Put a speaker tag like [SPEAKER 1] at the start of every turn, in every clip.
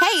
[SPEAKER 1] Hey,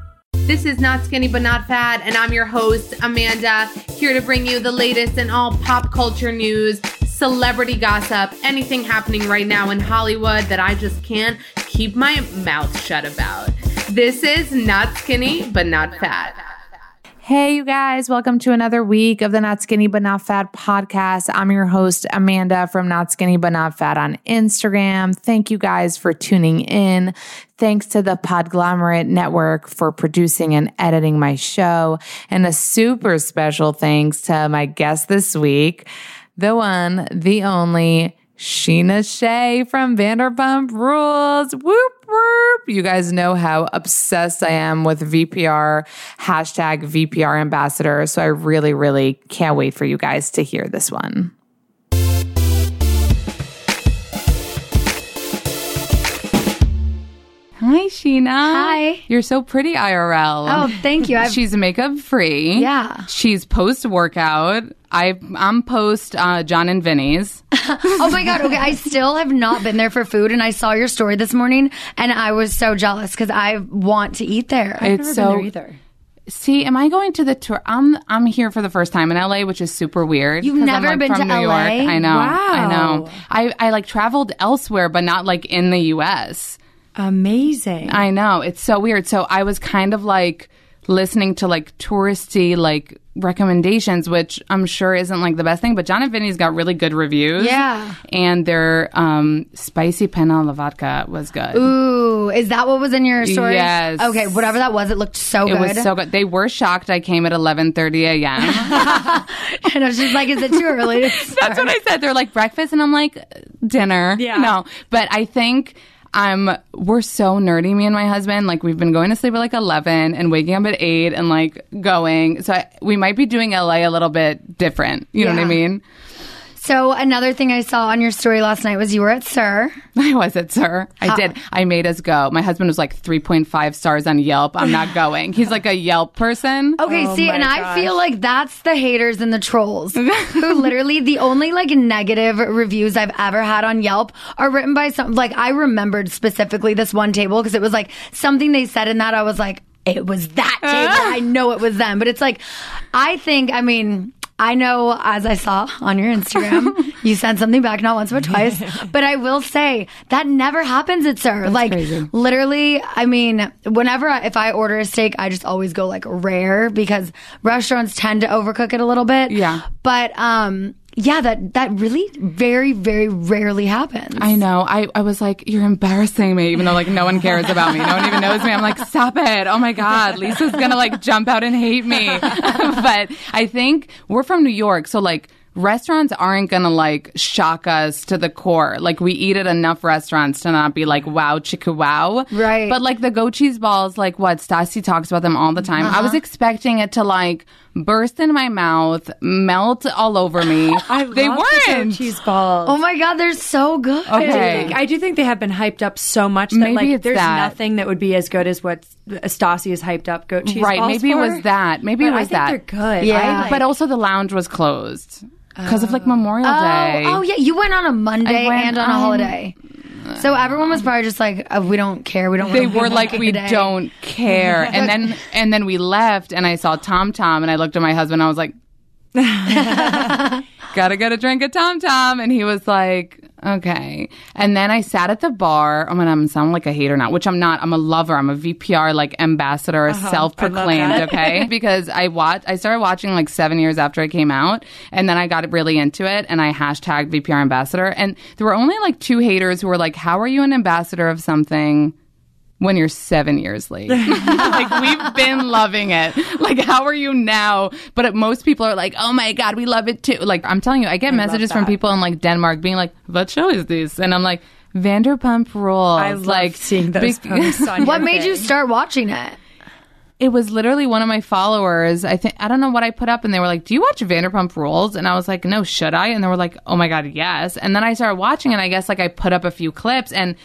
[SPEAKER 2] This is Not Skinny But Not Fat, and I'm your host, Amanda, here to bring you the latest in all pop culture news, celebrity gossip, anything happening right now in Hollywood that I just can't keep my mouth shut about. This is Not Skinny But Not Fat.
[SPEAKER 3] Hey, you guys, welcome to another week of the Not Skinny But Not Fat podcast. I'm your host, Amanda from Not Skinny But Not Fat on Instagram. Thank you guys for tuning in. Thanks to the Podglomerate Network for producing and editing my show. And a super special thanks to my guest this week, the one, the only, Sheena Shea from Vanderpump Rules. Whoop, whoop. You guys know how obsessed I am with VPR, hashtag VPR ambassador. So I really, really can't wait for you guys to hear this one. Hi, Sheena.
[SPEAKER 4] Hi.
[SPEAKER 3] You're so pretty, IRL.
[SPEAKER 4] Oh, thank you. I've-
[SPEAKER 3] She's makeup free.
[SPEAKER 4] Yeah.
[SPEAKER 3] She's post workout. I I'm post uh, John and Vinny's.
[SPEAKER 4] Oh my god. Okay, I still have not been there for food, and I saw your story this morning, and I was so jealous because I want to eat there. I've
[SPEAKER 3] It's
[SPEAKER 4] never
[SPEAKER 3] so-
[SPEAKER 4] been there either.
[SPEAKER 3] See, am I going to the tour? I'm I'm here for the first time in LA, which is super weird.
[SPEAKER 4] You've
[SPEAKER 3] 'cause
[SPEAKER 4] never
[SPEAKER 3] I'm, like,
[SPEAKER 4] been
[SPEAKER 3] from
[SPEAKER 4] to
[SPEAKER 3] New
[SPEAKER 4] LA?
[SPEAKER 3] York. I know. I
[SPEAKER 5] Wow.
[SPEAKER 3] know. I I like traveled elsewhere, but not like in the U.S.
[SPEAKER 5] Amazing.
[SPEAKER 3] I know. It's so weird. So I was kind of like listening to like touristy like recommendations, which I'm sure isn't like the best thing. But John and Vinny's got really good reviews.
[SPEAKER 4] Yeah.
[SPEAKER 3] and their um spicy penne alla vodka was good.
[SPEAKER 4] Ooh, is that what was in your story?
[SPEAKER 3] Yes.
[SPEAKER 4] Okay, whatever that was, it looked so
[SPEAKER 3] It
[SPEAKER 4] good.
[SPEAKER 3] was so good. They were shocked I came at 11:30 a.m.
[SPEAKER 4] and I was just like, is it too early?
[SPEAKER 3] That's what I said. They're like breakfast and I'm like dinner.
[SPEAKER 5] Yeah.
[SPEAKER 3] No, but I think I'm we're so nerdy me and my husband. Like we've been going to sleep at like 11 and waking up at 8 and like going. So I, we might be doing LA a little bit different. You know what I
[SPEAKER 4] Yeah.
[SPEAKER 3] mean?
[SPEAKER 4] so another thing I saw on your story last night was you were at Sir.
[SPEAKER 3] I was it, sir. I did. I made us go. My husband was like 3.5 stars on Yelp. I'm not going. He's like a Yelp person.
[SPEAKER 4] Okay, see, and I feel like that's the haters and the trolls who literally the only like negative reviews I've ever had on Yelp are written by some like I remembered specifically this one table because it was like something they said in that I was like it was that table I know it was them but it's like I think I mean I know, as I saw on your Instagram, you sent something back not once but twice. But I will say that never happens at Sir. like literally, I mean, whenever I, if I order a steak, I just always go like rare because restaurants tend to overcook it a little bit.
[SPEAKER 3] Yeah.
[SPEAKER 4] But um, yeah, that that really very very rarely happens.
[SPEAKER 3] I know. I, I was like, you're embarrassing me, even though like no one cares about me. No one even knows me. I'm like, stop it. Oh my God. Lisa's gonna like jump out and hate me. but I think we're from New York, so like restaurants aren't gonna like shock us to the core. Like we eat at enough restaurants to not be like, wow, chicka wow.
[SPEAKER 4] Right.
[SPEAKER 3] But like the goat cheese balls, like what Stassi talks about them all the time. I
[SPEAKER 5] Uh-huh.
[SPEAKER 3] was expecting it to like burst in my mouth, melt all over me.
[SPEAKER 5] I
[SPEAKER 3] they
[SPEAKER 5] love
[SPEAKER 3] weren't.
[SPEAKER 5] potato cheese balls.
[SPEAKER 4] oh my god, they're so good.
[SPEAKER 3] Okay.
[SPEAKER 5] I think- I do think they have been hyped up so much that
[SPEAKER 3] Maybe
[SPEAKER 5] like
[SPEAKER 3] it's
[SPEAKER 5] there's
[SPEAKER 3] that.
[SPEAKER 5] nothing that would be as good as what Stasi is hyped up goat cheese
[SPEAKER 3] right
[SPEAKER 5] balls
[SPEAKER 3] maybe it
[SPEAKER 5] for.
[SPEAKER 3] was that maybe
[SPEAKER 5] But
[SPEAKER 3] it
[SPEAKER 5] I
[SPEAKER 3] was
[SPEAKER 5] think
[SPEAKER 3] that
[SPEAKER 5] they're good.
[SPEAKER 4] Yeah.
[SPEAKER 3] I- but also the lounge was closed because
[SPEAKER 5] Oh.
[SPEAKER 3] of like memorial day
[SPEAKER 4] Oh, oh yeah, you went on a Monday
[SPEAKER 3] I went
[SPEAKER 4] and on a
[SPEAKER 3] on-
[SPEAKER 4] holiday. So everyone was probably just like, oh, we don't care. We don't.
[SPEAKER 3] they
[SPEAKER 4] wanna
[SPEAKER 3] were
[SPEAKER 4] be
[SPEAKER 3] like
[SPEAKER 4] here
[SPEAKER 3] we
[SPEAKER 4] today."
[SPEAKER 3] don't care and then and then we left and i saw tom tom and i looked at my husband and i was like gotta get a drink at tom tom and he was like Okay. And then I sat at the bar. Oh I'm gonna sound like a hater now, which I'm not. I'm a lover. I'm a VPR like ambassador,
[SPEAKER 5] Uh-huh.
[SPEAKER 3] self proclaimed. Okay, because I watch. I started watching like seven years after it came out, and then I got really into it, and I hashtagged VPR ambassador. And there were only like two haters who were like, "How are you an ambassador of something?" When you're seven years late, like we've been loving it. Like, how are you now? But it- most people are like, "Oh my god, we love it too!" Like, I'm telling you, I get messages from people in like Denmark being like, "What show is this?" And I'm like, "Vanderpump Rules."
[SPEAKER 5] I love
[SPEAKER 3] like
[SPEAKER 5] seeing those
[SPEAKER 3] big-
[SPEAKER 5] posts on
[SPEAKER 4] What
[SPEAKER 5] your
[SPEAKER 4] made you
[SPEAKER 5] thing.
[SPEAKER 4] start watching it?
[SPEAKER 3] it was literally one of my followers. I think I don't know what I put up, and they were like, "Do you watch Vanderpump Rules?" And I was like, "No, should I?" And they were like, "Oh my god, yes!" And then I started watching, and I guess like I put up a few clips, and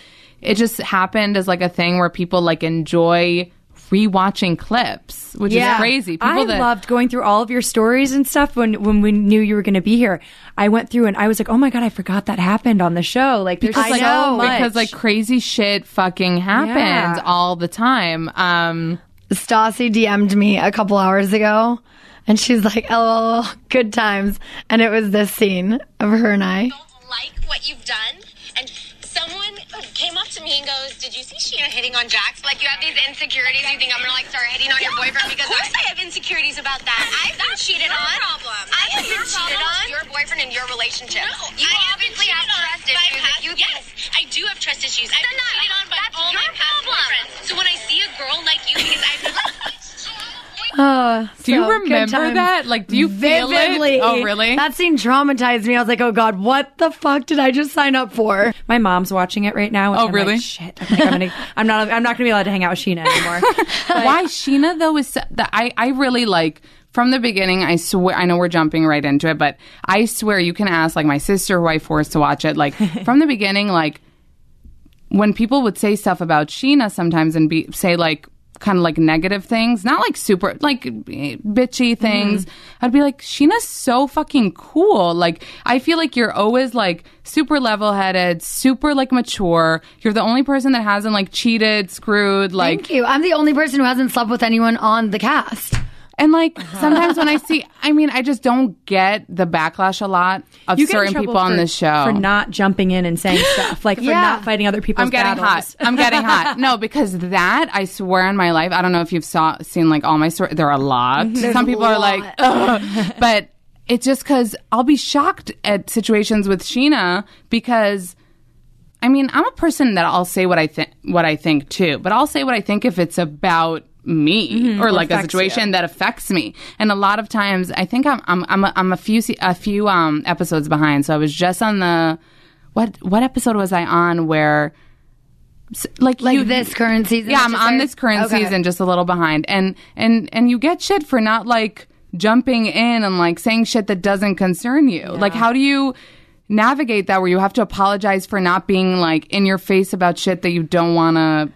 [SPEAKER 3] it just happened as like a thing where people like enjoy rewatching clips, which
[SPEAKER 4] Yeah.
[SPEAKER 3] is crazy. People
[SPEAKER 5] I
[SPEAKER 3] that
[SPEAKER 5] loved going through all of your stories and stuff when when we knew you were going to be here. I went through and I was like, "Oh my god, I forgot that happened on the show." Like there's
[SPEAKER 3] because
[SPEAKER 5] so
[SPEAKER 3] like oh,
[SPEAKER 5] much.
[SPEAKER 3] because like crazy shit fucking happens
[SPEAKER 5] Yeah.
[SPEAKER 3] all the time. Um,
[SPEAKER 4] Stassi DM'd me a couple hours ago and she's like, LOL, good times. And it was this scene of her and I.
[SPEAKER 6] don't like what you've done. And someone came up to me and goes, Did you see Sheena hitting on Jax? Like, you have these insecurities. You think I'm going to, like, start hitting on your boyfriend because of course I, have insecurities about that. I've been cheated on. Problem. I have been cheated on. Your boyfriend and your relationship. No, you I obviously have trust issues. Past, you yes, I do have trust issues. I've been cheated on by all my past boyfriends. So when I see a girl like you, because I've
[SPEAKER 4] Uh,
[SPEAKER 3] do you
[SPEAKER 4] so, good
[SPEAKER 3] remember
[SPEAKER 4] times.
[SPEAKER 3] that? Like, do you feel
[SPEAKER 4] Vividly.
[SPEAKER 3] it? Oh, really?
[SPEAKER 4] That scene traumatized me. I was like, oh God, what the fuck did I just sign up for?
[SPEAKER 5] my mom's watching it right now. and
[SPEAKER 3] Oh,
[SPEAKER 5] I'm
[SPEAKER 3] really?
[SPEAKER 5] Like, Shit, I think I'm, gonna, I'm not. I'm not going to be allowed to hang out with Sheena anymore.
[SPEAKER 3] why Sheena though is so, that I I really like from the beginning. I swear I know we're jumping right into it, but I swear you can ask like my sister who I forced to watch it. Like from the beginning, like when people would say stuff about Sheena sometimes and be say like kind of like negative things, not like super like bitchy things. I'd be like, Sheena's so fucking cool. Like I feel like you're always like super level headed, super like mature. You're the only person that hasn't like cheated, screwed, like
[SPEAKER 4] Thank you. I'm the only person who hasn't slept with anyone on the cast.
[SPEAKER 3] And like
[SPEAKER 5] Uh-huh.
[SPEAKER 3] sometimes when I see, I mean, I just don't get the backlash a lot of
[SPEAKER 5] You get in
[SPEAKER 3] certain
[SPEAKER 5] trouble
[SPEAKER 3] people on
[SPEAKER 5] for-
[SPEAKER 3] this show.
[SPEAKER 5] for not jumping in and saying stuff, like for
[SPEAKER 4] Yeah.
[SPEAKER 5] not fighting other people's
[SPEAKER 3] I'm getting
[SPEAKER 5] battles.
[SPEAKER 3] hot. I'm getting hot. No, because that I swear in my life, I don't know if you've saw seen like all my stories. There are a lot. Some people are like, Ugh. but it's just because I'll be shocked at situations with Sheena because. I mean, I'm a person that I'll say what I think, what I think too, but I'll say what I think if it's about me or like a situation that affects me. And a lot of times, I think I'm I'm I'm a, I'm a few se- a few um episodes behind. So I was just on the what what episode was I on where s- like
[SPEAKER 4] Like
[SPEAKER 3] you-
[SPEAKER 4] this current season.
[SPEAKER 3] yeah,
[SPEAKER 4] that
[SPEAKER 3] I'm
[SPEAKER 4] just
[SPEAKER 3] on
[SPEAKER 4] aired?
[SPEAKER 3] this current
[SPEAKER 4] Okay.
[SPEAKER 3] season, just a little behind, and and and you get shit for not like jumping in and like saying shit that doesn't concern you. Like, how do you navigate that where you have to apologize for not being like in your face about shit that you don't want to?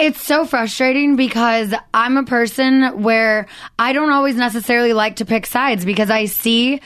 [SPEAKER 4] It's so frustrating because I'm a person where I don't always necessarily like to pick sides because I see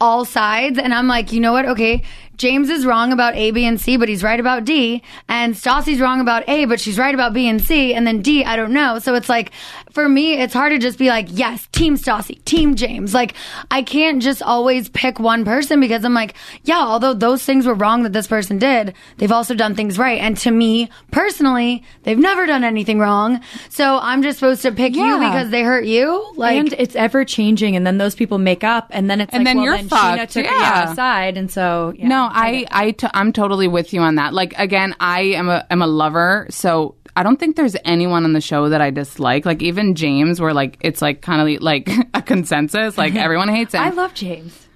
[SPEAKER 4] all sides and I'm like, you know what? Okay, James is wrong about A, B, and C, but he's right about D. And Stassi's wrong about A, but she's right about B and C. And then D, I don't know. Oh, So it's like, for me, it's hard to just be like, yes, Team Stassi, Team James. Like, I can't just always pick one person because I'm like, yeah, although those things were wrong that this person did, they've also done things right. And to me personally, they've never done anything wrong. So I'm just supposed to pick you
[SPEAKER 3] Yeah.
[SPEAKER 4] because they hurt you. Like,
[SPEAKER 5] and it's ever changing, and then those people make up, and then it's
[SPEAKER 3] And
[SPEAKER 5] like,
[SPEAKER 3] then
[SPEAKER 5] well,
[SPEAKER 3] you're
[SPEAKER 5] then Sheena
[SPEAKER 3] fucked,
[SPEAKER 5] took
[SPEAKER 3] yeah.
[SPEAKER 5] yeah. side, and so yeah.
[SPEAKER 3] No, I I t- I'm totally with you on that. Like again, I am a am a lover, so I don't think there's anyone on the show that I dislike. Like even James, where like it's like kind of like a consensus, like everyone hates him.
[SPEAKER 5] I love James.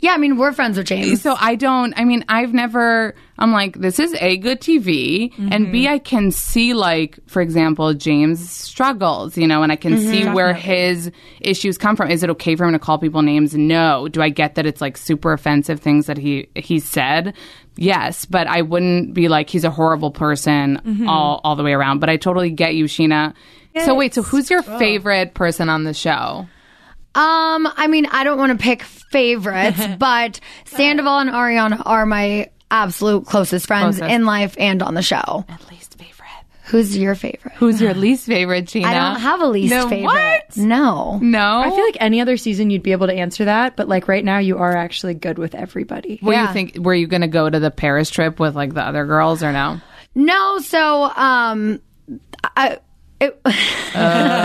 [SPEAKER 4] yeah, I mean, we're friends with James.
[SPEAKER 3] So I don't. I mean, I've never. I'm like, this is a good TV, and
[SPEAKER 4] Mm-hmm.
[SPEAKER 3] b I can see like, for example, James struggles, you know, and I can
[SPEAKER 4] Mm-hmm.
[SPEAKER 3] see where his issues come from. Is it okay for him to call people names? No. Do I get that it's like super offensive things that he he said? Yes, but I wouldn't be like he's a horrible person
[SPEAKER 4] Mm-hmm.
[SPEAKER 3] all all the way around. But I totally get you, Sheena. So wait, so who's your
[SPEAKER 4] Oh.
[SPEAKER 3] favorite person on the show?
[SPEAKER 4] Um, I mean, I don't want to pick favorites, but Sandoval and Ariana are my absolute closest friends in life and on the show. At least favorite. Who's your favorite?
[SPEAKER 3] Who's your least favorite, Gina?
[SPEAKER 4] I don't have a least
[SPEAKER 3] No,
[SPEAKER 4] favorite.
[SPEAKER 3] what?
[SPEAKER 4] No.
[SPEAKER 3] No,
[SPEAKER 5] I feel like any other season you'd be able to answer that, but like right now you are actually good with everybody.
[SPEAKER 3] Were you think were you gonna go to the Paris trip with like the other girls or no?
[SPEAKER 4] No, so um I it,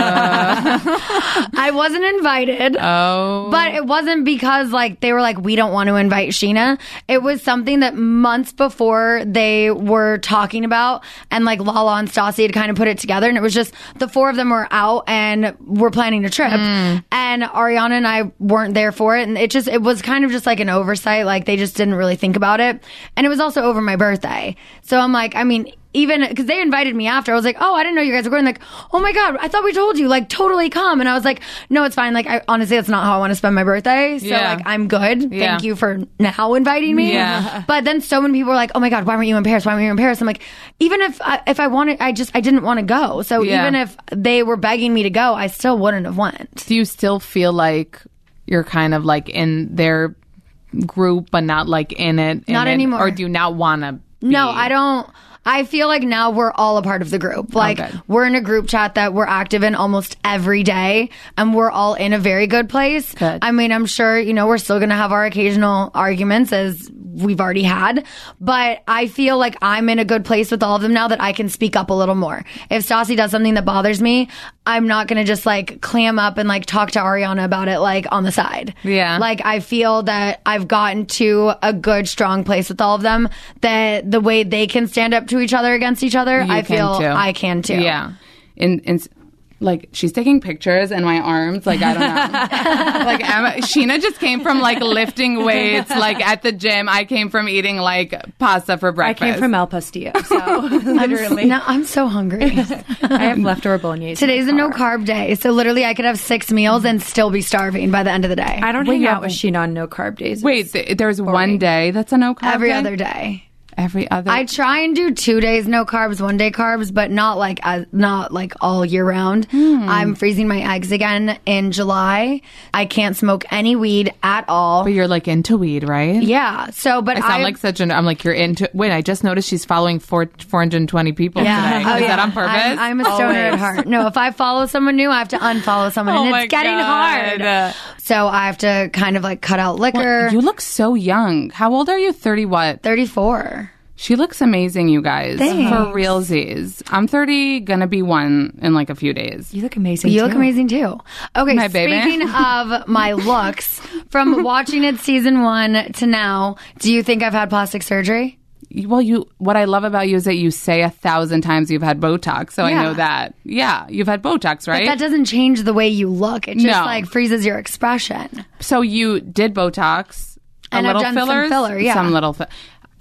[SPEAKER 4] I wasn't invited.
[SPEAKER 3] Uh. Oh,
[SPEAKER 4] But it wasn't because like they were like we don't want to invite Sheena. It was something that months before they were talking about, and like Lala and Stassi had kind of put it together, and it was just the four of them were out and were planning a trip, and Ariana and I weren't there for it, and it just it was kind of just like an oversight, like they just didn't really think about it, and it was also over my birthday, so I'm like, I mean. Even because they invited me after, I was like, "Oh, I didn't know you guys were going." Like, "Oh my god, I thought we told you." Like, totally come, and I was like, "No, it's fine." Like, I honestly, that's not how I want to spend my birthday. So,
[SPEAKER 3] Yeah.
[SPEAKER 4] like, I'm good.
[SPEAKER 3] Yeah.
[SPEAKER 4] Thank you for now inviting me.
[SPEAKER 3] Yeah.
[SPEAKER 4] But then so many people were like, "Oh my god, why weren't you in Paris? Why weren't you in Paris?" I'm like, even if I, if I wanted, I just I didn't want to go. So
[SPEAKER 3] Yeah.
[SPEAKER 4] even if they were begging me to go, I still wouldn't have went.
[SPEAKER 3] do you still feel like you're kind of like in their group, but not like in it? in
[SPEAKER 4] Not
[SPEAKER 3] it,
[SPEAKER 4] anymore.
[SPEAKER 3] Or do you not want to?
[SPEAKER 4] No, I don't. I feel like now we're all a part of the group. Like
[SPEAKER 3] Oh, good.
[SPEAKER 4] we're in a group chat that we're active in almost every day, and we're all in a very good place.
[SPEAKER 3] Good.
[SPEAKER 4] I mean, I'm sure you know we're still gonna have our occasional arguments as we've already had, but I feel like I'm in a good place with all of them now that I can speak up a little more. If Stassi does something that bothers me, I'm not gonna just like clam up and like talk to Ariana about it like on the side.
[SPEAKER 3] Yeah.
[SPEAKER 4] Like I feel that I've gotten to a good, strong place with all of them. That the way they can stand up to each other against each other,
[SPEAKER 3] You
[SPEAKER 4] I
[SPEAKER 3] can
[SPEAKER 4] feel
[SPEAKER 3] too.
[SPEAKER 4] I can too.
[SPEAKER 3] Yeah, in in. Like she's taking pictures and my arms, like I don't know. like Emma, Sheena just came from like lifting weights, like at the gym. I came from eating like pasta for
[SPEAKER 5] I
[SPEAKER 3] breakfast.
[SPEAKER 5] came from El Pastillo, so literally
[SPEAKER 4] No, I'm so hungry.
[SPEAKER 5] I have leftover bolognese.
[SPEAKER 4] Today's a no carb day, so literally I could have six meals and still be starving by the end of the day.
[SPEAKER 5] I don't hang out with Sheena on no carb days.
[SPEAKER 3] Wait, th- there's one day that's a no carb.
[SPEAKER 4] Every
[SPEAKER 3] day?
[SPEAKER 4] other day.
[SPEAKER 3] Every other.
[SPEAKER 4] I try and do two days no carbs, one day carbs, but not like uh, not like all year round.
[SPEAKER 5] Hmm.
[SPEAKER 4] I'm freezing my eggs again in July. I can't smoke any weed at all.
[SPEAKER 3] but you're like into weed, right?
[SPEAKER 4] yeah. So, but
[SPEAKER 3] I sound
[SPEAKER 4] I-
[SPEAKER 3] like such an. I'm like you're into. Wait, I just noticed she's following four, 420 people today.
[SPEAKER 4] Oh,
[SPEAKER 3] Is
[SPEAKER 4] yeah.
[SPEAKER 3] that on purpose?
[SPEAKER 4] I'm, I'm a stoner at heart. No, if I follow someone new, I have to unfollow someone,
[SPEAKER 3] Oh
[SPEAKER 4] and
[SPEAKER 3] my
[SPEAKER 4] it's getting
[SPEAKER 3] God.
[SPEAKER 4] hard. So I have to kind of like cut out liquor.
[SPEAKER 3] Oh, you look so young. How old are you? Thirty what?
[SPEAKER 4] Thirty-four.
[SPEAKER 3] She looks amazing, you guys.
[SPEAKER 4] Thanks.
[SPEAKER 3] For realsies. I'm thirty, gonna be one in like a few days.
[SPEAKER 5] you look amazing.
[SPEAKER 4] You look
[SPEAKER 5] too.
[SPEAKER 4] amazing too. Okay,
[SPEAKER 3] My baby.
[SPEAKER 4] speaking of my looks, from watching it season one to now, do you think I've had plastic surgery?
[SPEAKER 3] Well, you. What I love about you is that you say a thousand times you've had Botox, so I
[SPEAKER 4] Yeah.
[SPEAKER 3] know that. Yeah, you've had Botox, right?
[SPEAKER 4] That doesn't change the way you look. It just
[SPEAKER 3] No.
[SPEAKER 4] like freezes your expression.
[SPEAKER 3] So you did Botox, a
[SPEAKER 4] And I've
[SPEAKER 3] little
[SPEAKER 4] done some
[SPEAKER 3] fillers,
[SPEAKER 4] filler, yeah.
[SPEAKER 3] some little. Fi-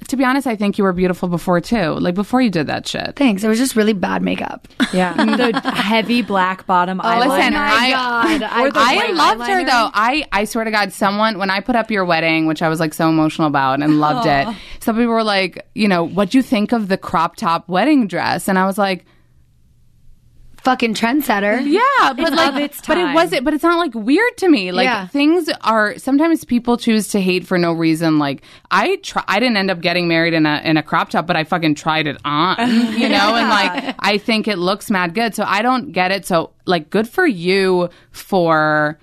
[SPEAKER 3] to be honest, I think you were beautiful before too. Like before you did that shit.
[SPEAKER 4] Thanks. It was just really bad makeup.
[SPEAKER 5] Yeah, the heavy black bottom oh,
[SPEAKER 3] Listen,
[SPEAKER 4] my
[SPEAKER 3] I,
[SPEAKER 4] God.
[SPEAKER 3] I,
[SPEAKER 4] Or the white
[SPEAKER 3] loved her
[SPEAKER 4] eyeliner.
[SPEAKER 3] though. I, I swear to God, someone when I put up your wedding, which I was like so emotional about and loved
[SPEAKER 4] Oh.
[SPEAKER 3] it. Some people were like, you know, what'd you think of the crop top wedding dress? And I was like,
[SPEAKER 4] Fucking trendsetter.
[SPEAKER 3] Yeah, but like,
[SPEAKER 5] of its
[SPEAKER 3] but it
[SPEAKER 5] time.
[SPEAKER 3] wasn't. But it's not like weird to me. Like
[SPEAKER 4] Yeah.
[SPEAKER 3] things are sometimes people choose to hate for no reason. Like I try, I didn't end up getting married in a in a crop top, but I fucking tried it on, you know. And like I think it looks mad good, so I don't get it. So like, good for you for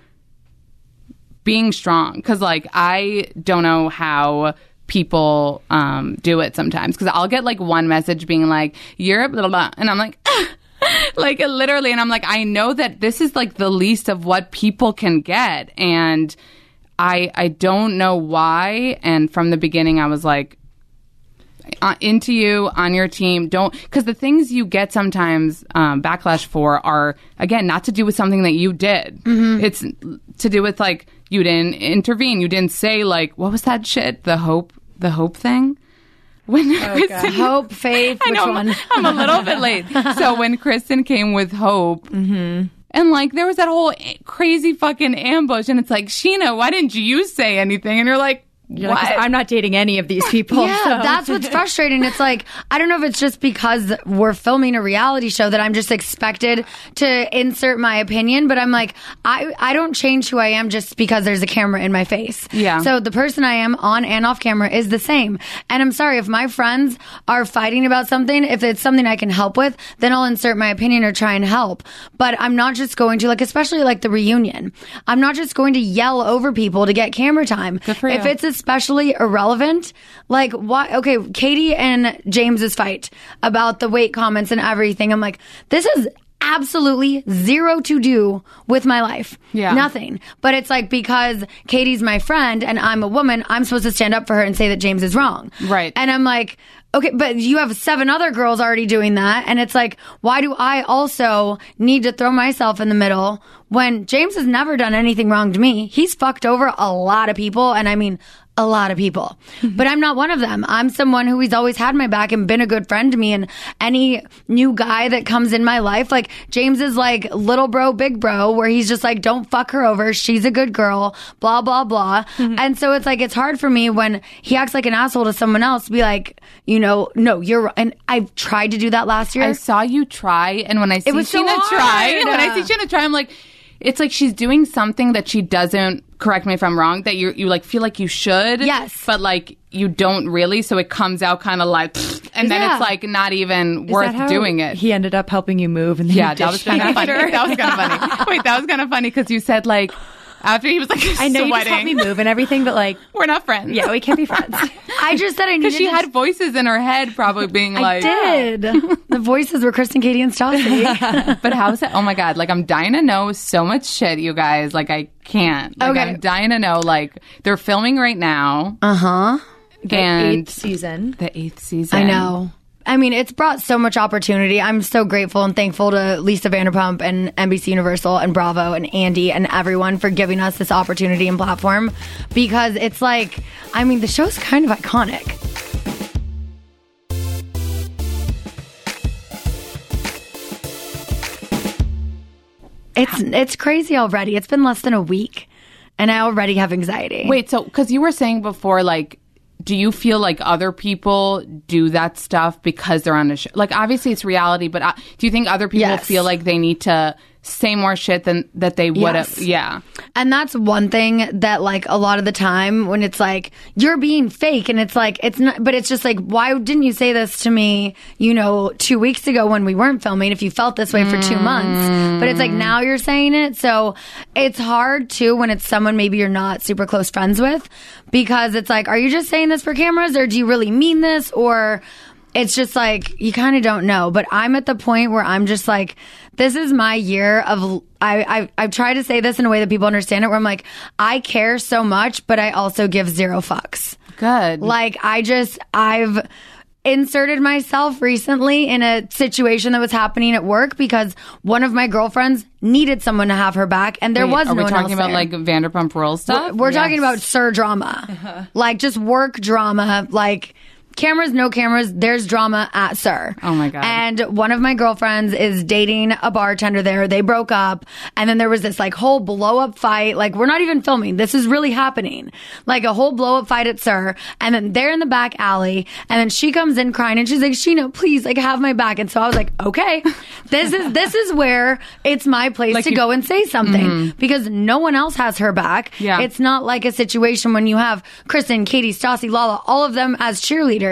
[SPEAKER 3] being strong because like i don't know how people um do it sometimes because i'll get like one message being like you're blah blah, blah and i'm like like literally and i'm like i know that this is like the least of what people can get and i i don't know why and from the beginning i was like uh, into you on your team. Don't because the things you get sometimes um, backlash for are again not to do with something that you did. It's to do with like you didn't intervene. You didn't say like what was that shit? The hope, the hope thing. When Kristen,
[SPEAKER 4] Hope, faith,
[SPEAKER 3] I
[SPEAKER 4] which
[SPEAKER 3] know
[SPEAKER 4] one?
[SPEAKER 3] I'm, I'm a little bit late. So when Kristen came with hope.
[SPEAKER 5] Mm-hmm.
[SPEAKER 3] And like there was that whole crazy fucking ambush, and it's like Sheena, why didn't you say anything? And you're like,
[SPEAKER 5] You're like, 'Cause I'm not dating any of these people.
[SPEAKER 4] Yeah,
[SPEAKER 5] so.
[SPEAKER 4] that's what's frustrating. It's like I don't know if it's just because we're filming a reality show that I'm just expected to insert my opinion, but I'm like I I don't change who I am just because there's a camera in my face.
[SPEAKER 3] Yeah.
[SPEAKER 4] So the person I am on and off camera is the same. And I'm sorry if my friends are fighting about something, if it's something I can help with, then I'll insert my opinion or try and help. But I'm not just going to like especially like the reunion. I'm not just going to yell over people to get camera time. if it's especially irrelevant, like why okay, Katie and James's fight about the weight comments and everything. I'm like, this is absolutely zero to do with my life.
[SPEAKER 3] Yeah.
[SPEAKER 4] Nothing. But it's like because Katie's my friend and I'm a woman, I'm supposed to stand up for her and say that James is wrong.
[SPEAKER 3] Right.
[SPEAKER 4] And I'm like, okay, but you have seven other girls already doing that. And it's like, why do I also need to throw myself in the middle when James has never done anything wrong to me? He's fucked over a lot of people. And I mean, a lot of people, but I'm not one of them. I'm someone who he's always had my back and been a good friend to me. And any new guy that comes in my life, like James is like little bro, big bro, where he's just like, don't fuck her over. She's a good girl, blah, blah, blah.
[SPEAKER 3] Mm-hmm.
[SPEAKER 4] And so it's like, it's hard for me when he acts like an asshole to someone else to be like, you know, no, you're, wrong." and I tried to do that last year.
[SPEAKER 3] I saw you try, and when I see
[SPEAKER 4] was so
[SPEAKER 3] Sheena
[SPEAKER 4] hard.
[SPEAKER 3] try, when I see Sheena try, I'm like, it's like she's doing something that she doesn't. Correct me if I'm wrong. That you you like feel like you should,
[SPEAKER 4] Yes.
[SPEAKER 3] but like you don't really. So it comes out kind of like, and then
[SPEAKER 4] Yeah.
[SPEAKER 3] it's like not even
[SPEAKER 5] Is that
[SPEAKER 3] worth
[SPEAKER 5] how
[SPEAKER 3] doing it.
[SPEAKER 5] He ended up helping you move, and then
[SPEAKER 3] yeah,
[SPEAKER 5] you
[SPEAKER 3] that was
[SPEAKER 5] dished
[SPEAKER 3] kind of
[SPEAKER 5] me
[SPEAKER 3] funny.
[SPEAKER 5] after.
[SPEAKER 3] That was kind of funny. Wait, that was kind of funny because you said like after he was like
[SPEAKER 5] I
[SPEAKER 3] sweating,
[SPEAKER 5] know you just helped me move and everything, but like,
[SPEAKER 3] we're not friends.
[SPEAKER 5] yeah, we can't be friends.
[SPEAKER 4] I just said I needed
[SPEAKER 3] because she
[SPEAKER 4] to-
[SPEAKER 3] had voices in her head, probably being
[SPEAKER 4] I
[SPEAKER 3] like,
[SPEAKER 4] did. the voices were Kristen, Katie, and Stassi.
[SPEAKER 3] But how's that? Oh my god! Like I'm dying to know so much shit, you guys. Like I can't. Like,
[SPEAKER 4] Okay.
[SPEAKER 3] I'm dying to know. Like they're filming right now. Uh huh. And
[SPEAKER 5] Uh-huh. Eighth season.
[SPEAKER 3] the eighth season.
[SPEAKER 4] I know. I mean, it's brought so much opportunity. I'm so grateful and thankful to Lisa Vanderpump and NBC Universal and Bravo and Andy and everyone for giving us this opportunity and platform because it's like, I mean, the show's kind of iconic. It's it's crazy already. It's been less than a week and I already have anxiety.
[SPEAKER 3] Wait. So because you were saying before, like. Do you feel like other people do that stuff because they're on a show? Like, obviously it's reality, but uh, do you think other people
[SPEAKER 4] Yes.
[SPEAKER 3] feel like they need to say more shit than that they would have?
[SPEAKER 4] Yes.
[SPEAKER 3] Yeah.
[SPEAKER 4] And that's one thing that, like, a lot of the time when it's like, you're being fake, and it's like, it's not, but it's just like, why didn't you say this to me, you know, two weeks ago when we weren't filming if you felt this way for two months? But it's like, now you're saying it. So it's hard too when it's someone maybe you're not super close friends with because it's like, are you just saying this for cameras or do you really mean this? Or, it's just like you kind of don't know but i'm at the point where i'm just like this is my year of I, I i've tried to say this in a way that people understand it where i'm like i care so much but i also give zero fucks
[SPEAKER 3] Good.
[SPEAKER 4] like I just I've inserted myself recently in a situation that was happening at work because one of my girlfriends needed someone to have her back and there was
[SPEAKER 3] Are we
[SPEAKER 4] no one
[SPEAKER 3] talking
[SPEAKER 4] else
[SPEAKER 3] about
[SPEAKER 4] there.
[SPEAKER 3] like Vanderpump Rules stuff? Uh-huh.
[SPEAKER 4] We're talking about sir drama, like just work drama, like cameras, no cameras. There's drama at sir.
[SPEAKER 3] Oh my God.
[SPEAKER 4] And one of my girlfriends is dating a bartender there. They broke up, and then there was this like whole blow up fight. Like we're not even filming. This is really happening. Like a whole blow up fight at sir, and then they're in the back alley, and then she comes in crying, and she's like, "Sheena, please, like have my back." And so I was like, "Okay, this is this is where it's my place to
[SPEAKER 3] you- Mm-hmm.
[SPEAKER 4] go and say something because no one else has her back."
[SPEAKER 3] Yeah.
[SPEAKER 4] It's not like a situation when you have Kristen, Katie, Stassi, Lala, all of them as cheerleaders.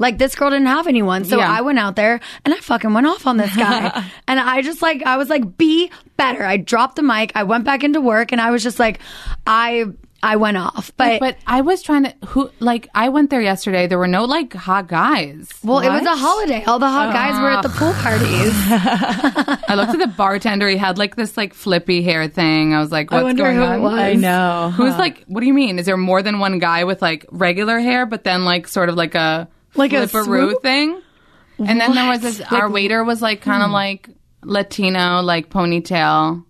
[SPEAKER 4] Like this girl didn't have anyone. So
[SPEAKER 3] Yeah.
[SPEAKER 4] I went out there and I fucking went off on this guy. and I just like, I was like, be better. I dropped the mic. I went back into work and I was just like, I, I went off. But,
[SPEAKER 3] But I was trying to who like I went there yesterday. There were no like hot guys.
[SPEAKER 4] well, it was a holiday. All the hot guys were at the pool parties.
[SPEAKER 3] I looked at the bartender. He had like this like flippy hair thing. I was like, what's
[SPEAKER 4] wonder
[SPEAKER 3] going
[SPEAKER 4] who it
[SPEAKER 3] on?
[SPEAKER 4] was. I
[SPEAKER 5] know,
[SPEAKER 3] Who's like? What do you mean? Is there more than one guy with like regular hair, but then like sort of like a
[SPEAKER 4] Like a
[SPEAKER 3] flipperoo
[SPEAKER 4] swoop?
[SPEAKER 3] thing? And then there was this. our waiter was like kind
[SPEAKER 4] hmm.
[SPEAKER 3] of like Latino, like ponytail.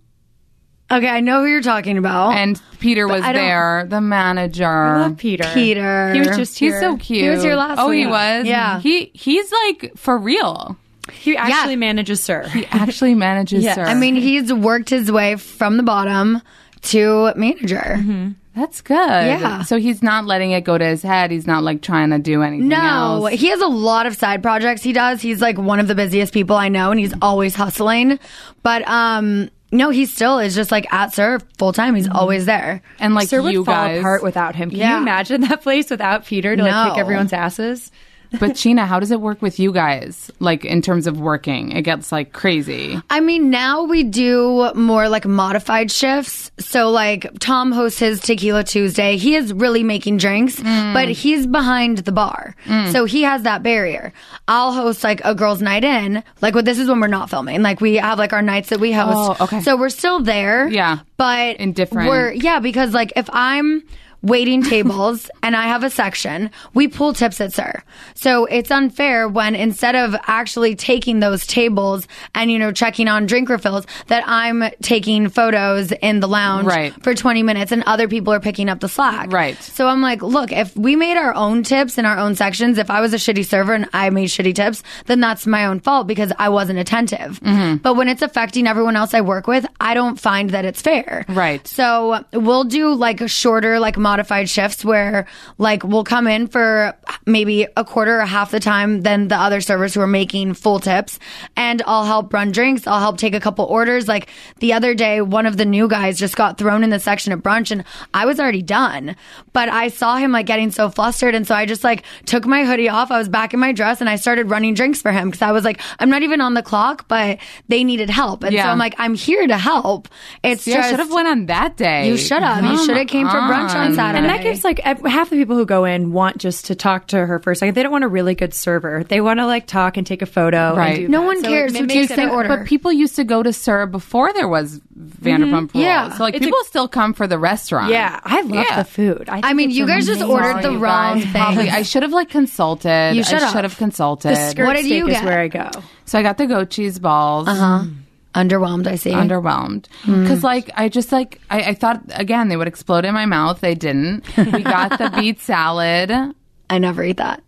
[SPEAKER 4] okay. I know who you're talking about.
[SPEAKER 3] And Peter was
[SPEAKER 4] I don't-
[SPEAKER 3] there, the manager.
[SPEAKER 5] Peter.
[SPEAKER 4] Peter.
[SPEAKER 5] He was just here.
[SPEAKER 3] He's so cute.
[SPEAKER 4] He was here last
[SPEAKER 3] Oh, he
[SPEAKER 4] week.
[SPEAKER 3] was.
[SPEAKER 4] Yeah.
[SPEAKER 3] He he's like for real.
[SPEAKER 5] He actually manages Sir.
[SPEAKER 3] actually manages
[SPEAKER 5] Yes.
[SPEAKER 3] sir.
[SPEAKER 5] I
[SPEAKER 4] I mean, he's worked his way from the bottom to manager.
[SPEAKER 3] That's good. Yeah. So he's not letting it go to his head. He's not like trying to do anything.
[SPEAKER 4] No,
[SPEAKER 3] else.
[SPEAKER 4] he has a lot of side projects he does. He's like one of the busiest people I know and he's always hustling. But um no, he still is just like at Sir full time.
[SPEAKER 3] Mm-hmm.
[SPEAKER 4] He's always there.
[SPEAKER 3] and like
[SPEAKER 5] Sir would
[SPEAKER 3] you
[SPEAKER 5] fall
[SPEAKER 3] guys.
[SPEAKER 5] apart without him. Can
[SPEAKER 4] Yeah.
[SPEAKER 5] you imagine that place without Peter to like kick
[SPEAKER 4] No.
[SPEAKER 5] everyone's asses?
[SPEAKER 3] but Gina, how does it work with you guys? Like in terms of working, it gets like crazy.
[SPEAKER 4] I mean, now we do more like modified shifts. So like Tom hosts his Tequila Tuesday. He is really making drinks,
[SPEAKER 3] Mm.
[SPEAKER 4] but he's behind the bar. So he has that barrier. I'll host like a girls' night in. Like well, this is when we're not filming. Like we have like our nights that we host.
[SPEAKER 3] Oh, okay.
[SPEAKER 4] So we're still there.
[SPEAKER 3] Yeah.
[SPEAKER 4] But
[SPEAKER 3] In different-
[SPEAKER 4] we're yeah, because like if I'm waiting tables and I have a section, we pool tips at Sir. So it's unfair when instead of actually taking those tables and, you know, checking on drink refills, that I'm taking photos in the lounge
[SPEAKER 3] Right.
[SPEAKER 4] for 20 minutes and other people are picking up the slack.
[SPEAKER 3] Right.
[SPEAKER 4] So I'm like, look, if we made our own tips in our own sections, if I was a shitty server and I made shitty tips, then that's my own fault because I wasn't attentive.
[SPEAKER 3] Mm-hmm.
[SPEAKER 4] But when it's affecting everyone else I work with, I don't find that it's fair.
[SPEAKER 3] Right.
[SPEAKER 4] So we'll do like shorter, like modified shifts where like we'll come in for maybe a quarter or half the time than the other servers who are making full tips. And I'll help run drinks. I'll help take a couple orders. Like the other day, one of the new guys just got thrown in the section at brunch and I was already done, but I saw him like getting so flustered. And so I just like took my hoodie off. I was back in my dress and I started running drinks for him because I was like, I'm not even on the clock, but they needed help. And so
[SPEAKER 3] Yeah.
[SPEAKER 4] I'm like, I'm here to help. It's
[SPEAKER 3] Yeah, I
[SPEAKER 4] just.
[SPEAKER 3] should have went on that day.
[SPEAKER 4] You should have. You
[SPEAKER 3] Come
[SPEAKER 4] should have came for brunch on Saturday.
[SPEAKER 5] And that gives like ev- half the people who go in want just to talk to her for a second. They don't want a really good server. They want to like talk and take a photo. and
[SPEAKER 3] Right.
[SPEAKER 5] do
[SPEAKER 4] no
[SPEAKER 5] that.
[SPEAKER 4] one
[SPEAKER 5] So
[SPEAKER 4] cares
[SPEAKER 5] it
[SPEAKER 4] who
[SPEAKER 5] makes
[SPEAKER 4] takes
[SPEAKER 5] it
[SPEAKER 4] their
[SPEAKER 5] better.
[SPEAKER 4] order.
[SPEAKER 3] But people used to go to Sir before there was Vanderpump Rules.
[SPEAKER 4] Mm-hmm. Yeah.
[SPEAKER 3] So like
[SPEAKER 5] It's a-
[SPEAKER 3] people still come for the restaurant.
[SPEAKER 5] Yeah, I love
[SPEAKER 3] Yeah.
[SPEAKER 5] the food. I, think
[SPEAKER 4] I mean,
[SPEAKER 5] it's
[SPEAKER 4] you guys just
[SPEAKER 5] amazing.
[SPEAKER 4] ordered the
[SPEAKER 3] You
[SPEAKER 4] wrong
[SPEAKER 3] guys
[SPEAKER 4] thing.
[SPEAKER 3] Probably, I should have like consulted.
[SPEAKER 4] You should
[SPEAKER 3] I
[SPEAKER 4] have.
[SPEAKER 3] should have consulted.
[SPEAKER 5] The skirt
[SPEAKER 4] What did
[SPEAKER 5] steak
[SPEAKER 4] you
[SPEAKER 5] Is
[SPEAKER 4] get?
[SPEAKER 5] where I go.
[SPEAKER 3] so I got the goat cheese balls.
[SPEAKER 4] Uh-huh. Underwhelmed, I see. Mm-hmm.
[SPEAKER 3] underwhelmed
[SPEAKER 4] Mm.
[SPEAKER 3] because like i just like I, I thought again they would explode in my mouth they didn't we got the beet salad
[SPEAKER 4] I never eat that.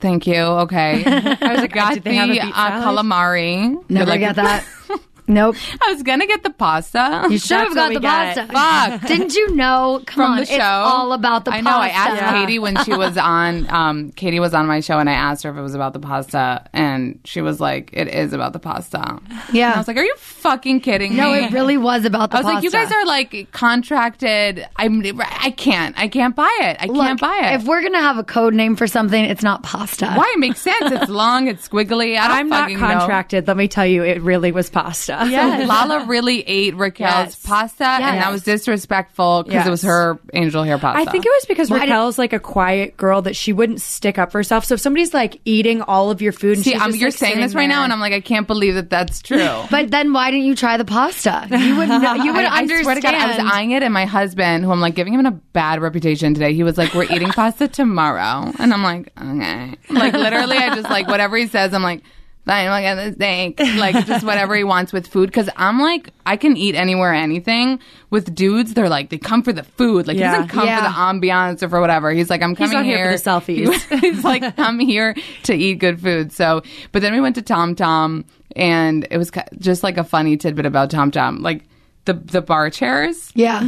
[SPEAKER 3] thank you okay i was like got
[SPEAKER 5] did
[SPEAKER 3] the
[SPEAKER 5] they have a beet
[SPEAKER 3] uh,
[SPEAKER 5] salad?
[SPEAKER 3] calamari They're
[SPEAKER 4] Never
[SPEAKER 3] like,
[SPEAKER 4] get that. nope.
[SPEAKER 3] i was gonna get the pasta
[SPEAKER 4] You should have
[SPEAKER 5] what
[SPEAKER 4] got
[SPEAKER 5] we
[SPEAKER 4] the
[SPEAKER 5] got.
[SPEAKER 4] pasta.
[SPEAKER 3] Fuck.
[SPEAKER 4] Didn't you know? Come
[SPEAKER 3] from
[SPEAKER 4] on,
[SPEAKER 3] the show
[SPEAKER 4] it's all about the
[SPEAKER 3] i
[SPEAKER 4] pasta.
[SPEAKER 3] know i asked katie when she was on um, katie was on my show and i asked her if it was about the pasta and she was like it is about the pasta
[SPEAKER 4] Yeah.
[SPEAKER 3] and i was like are you fucking kidding
[SPEAKER 4] No,
[SPEAKER 3] me
[SPEAKER 4] it really was about the
[SPEAKER 3] I was
[SPEAKER 4] pasta.
[SPEAKER 3] like, you guys are like contracted. I'm. I can't. I can't buy it. I
[SPEAKER 4] Look,
[SPEAKER 3] can't buy it.
[SPEAKER 4] If we're gonna have a code name for something, it's not pasta.
[SPEAKER 3] Why? It makes sense. It's long. It's squiggly. I don't
[SPEAKER 5] I'm not
[SPEAKER 3] fucking know.
[SPEAKER 5] contracted. Let me tell you, it really was pasta.
[SPEAKER 3] So Lala really ate Raquel's
[SPEAKER 4] Yes.
[SPEAKER 3] pasta, and
[SPEAKER 4] Yes.
[SPEAKER 3] that was disrespectful because
[SPEAKER 5] Yes.
[SPEAKER 3] it was her angel hair pasta.
[SPEAKER 5] I think it was because
[SPEAKER 4] did-
[SPEAKER 5] Raquel's like a quiet girl that she wouldn't stick up for herself. So if somebody's like eating all of your food, and
[SPEAKER 3] See,
[SPEAKER 5] she's
[SPEAKER 3] I'm,
[SPEAKER 5] just,
[SPEAKER 3] you're
[SPEAKER 5] like,
[SPEAKER 3] saying
[SPEAKER 5] sitting
[SPEAKER 3] this right now,
[SPEAKER 5] there-
[SPEAKER 3] and I'm like, I can't believe that that's true.
[SPEAKER 4] But then why didn't you try the pasta? You would. Know, you would
[SPEAKER 3] I,
[SPEAKER 4] understand.
[SPEAKER 3] I swear to God, I was eyeing it, and my husband, who I'm like giving him a bad reputation today, he was like, "We're eating pasta tomorrow," and I'm like, "Okay." Like literally, I just like whatever he says, I'm like. Fine, like at this thing, like just whatever he wants with food. Because I'm like, I can eat anywhere, anything. With dudes, they're like, they come for the food. Like
[SPEAKER 5] Yeah.
[SPEAKER 3] he doesn't come
[SPEAKER 4] Yeah.
[SPEAKER 3] for the ambiance or for whatever. He's like, I'm coming
[SPEAKER 5] not here for the
[SPEAKER 3] He-
[SPEAKER 5] selfies.
[SPEAKER 3] He's like, I'm here to eat good food. So, but then we went to Tom Tom, and it was ki- just like a funny tidbit about Tom Tom, like the the bar chairs.
[SPEAKER 4] Yeah.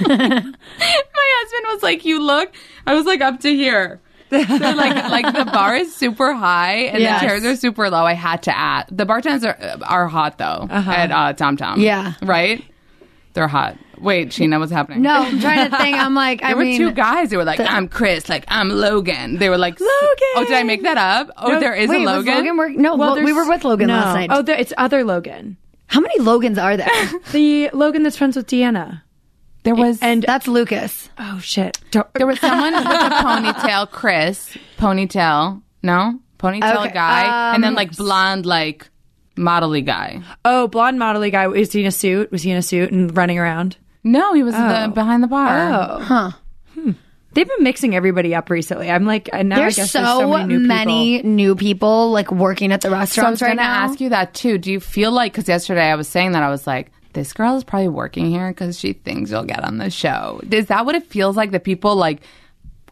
[SPEAKER 3] My husband was like, "You look." I was like, "Up to here." They're like like the bar is super high and
[SPEAKER 4] Yes.
[SPEAKER 3] the chairs are super low. I had to add the bartenders are are hot though at uh, Tom Tom.
[SPEAKER 4] Uh-huh. Yeah.
[SPEAKER 3] right. They're hot. Wait, Sheena, what's happening?
[SPEAKER 4] No, I'm trying to think. I'm like, I
[SPEAKER 3] There were
[SPEAKER 4] mean,
[SPEAKER 3] two guys. They were like, "I'm Chris," like, "I'm Logan." They were like, "Logan." Oh, did I make that up? Oh, there is
[SPEAKER 4] wait,
[SPEAKER 3] a
[SPEAKER 4] was
[SPEAKER 3] Logan.
[SPEAKER 4] Logan work- no, Lo- we
[SPEAKER 5] there's-
[SPEAKER 4] were with Logan
[SPEAKER 5] no.
[SPEAKER 4] last night.
[SPEAKER 5] Oh, there, it's other Logan,
[SPEAKER 4] How many Logans are there?
[SPEAKER 5] the Logan that's friends with Deanna.
[SPEAKER 3] There was
[SPEAKER 5] And
[SPEAKER 4] That's Lucas.
[SPEAKER 5] oh shit, Don't-
[SPEAKER 3] there was someone with a ponytail, Chris ponytail. No ponytail
[SPEAKER 4] Okay, um,
[SPEAKER 3] guy, and then like blonde like modelly guy.
[SPEAKER 5] oh blonde modelly guy. Is he in a suit? Was he in a suit and running around?
[SPEAKER 3] No, he was
[SPEAKER 4] Oh.
[SPEAKER 3] the, behind the bar.
[SPEAKER 5] They've been mixing everybody up recently. I'm like, and now
[SPEAKER 4] There's
[SPEAKER 5] I guess
[SPEAKER 4] so,
[SPEAKER 5] there's so many new people.
[SPEAKER 4] many new people like working at the
[SPEAKER 3] So I was
[SPEAKER 4] restaurants
[SPEAKER 3] going
[SPEAKER 4] right
[SPEAKER 3] to
[SPEAKER 4] now.
[SPEAKER 3] ask you that too. Do you feel like because yesterday I was saying that I was like. This girl is probably working here because she thinks you'll get on the show. Is that what it feels like? That people like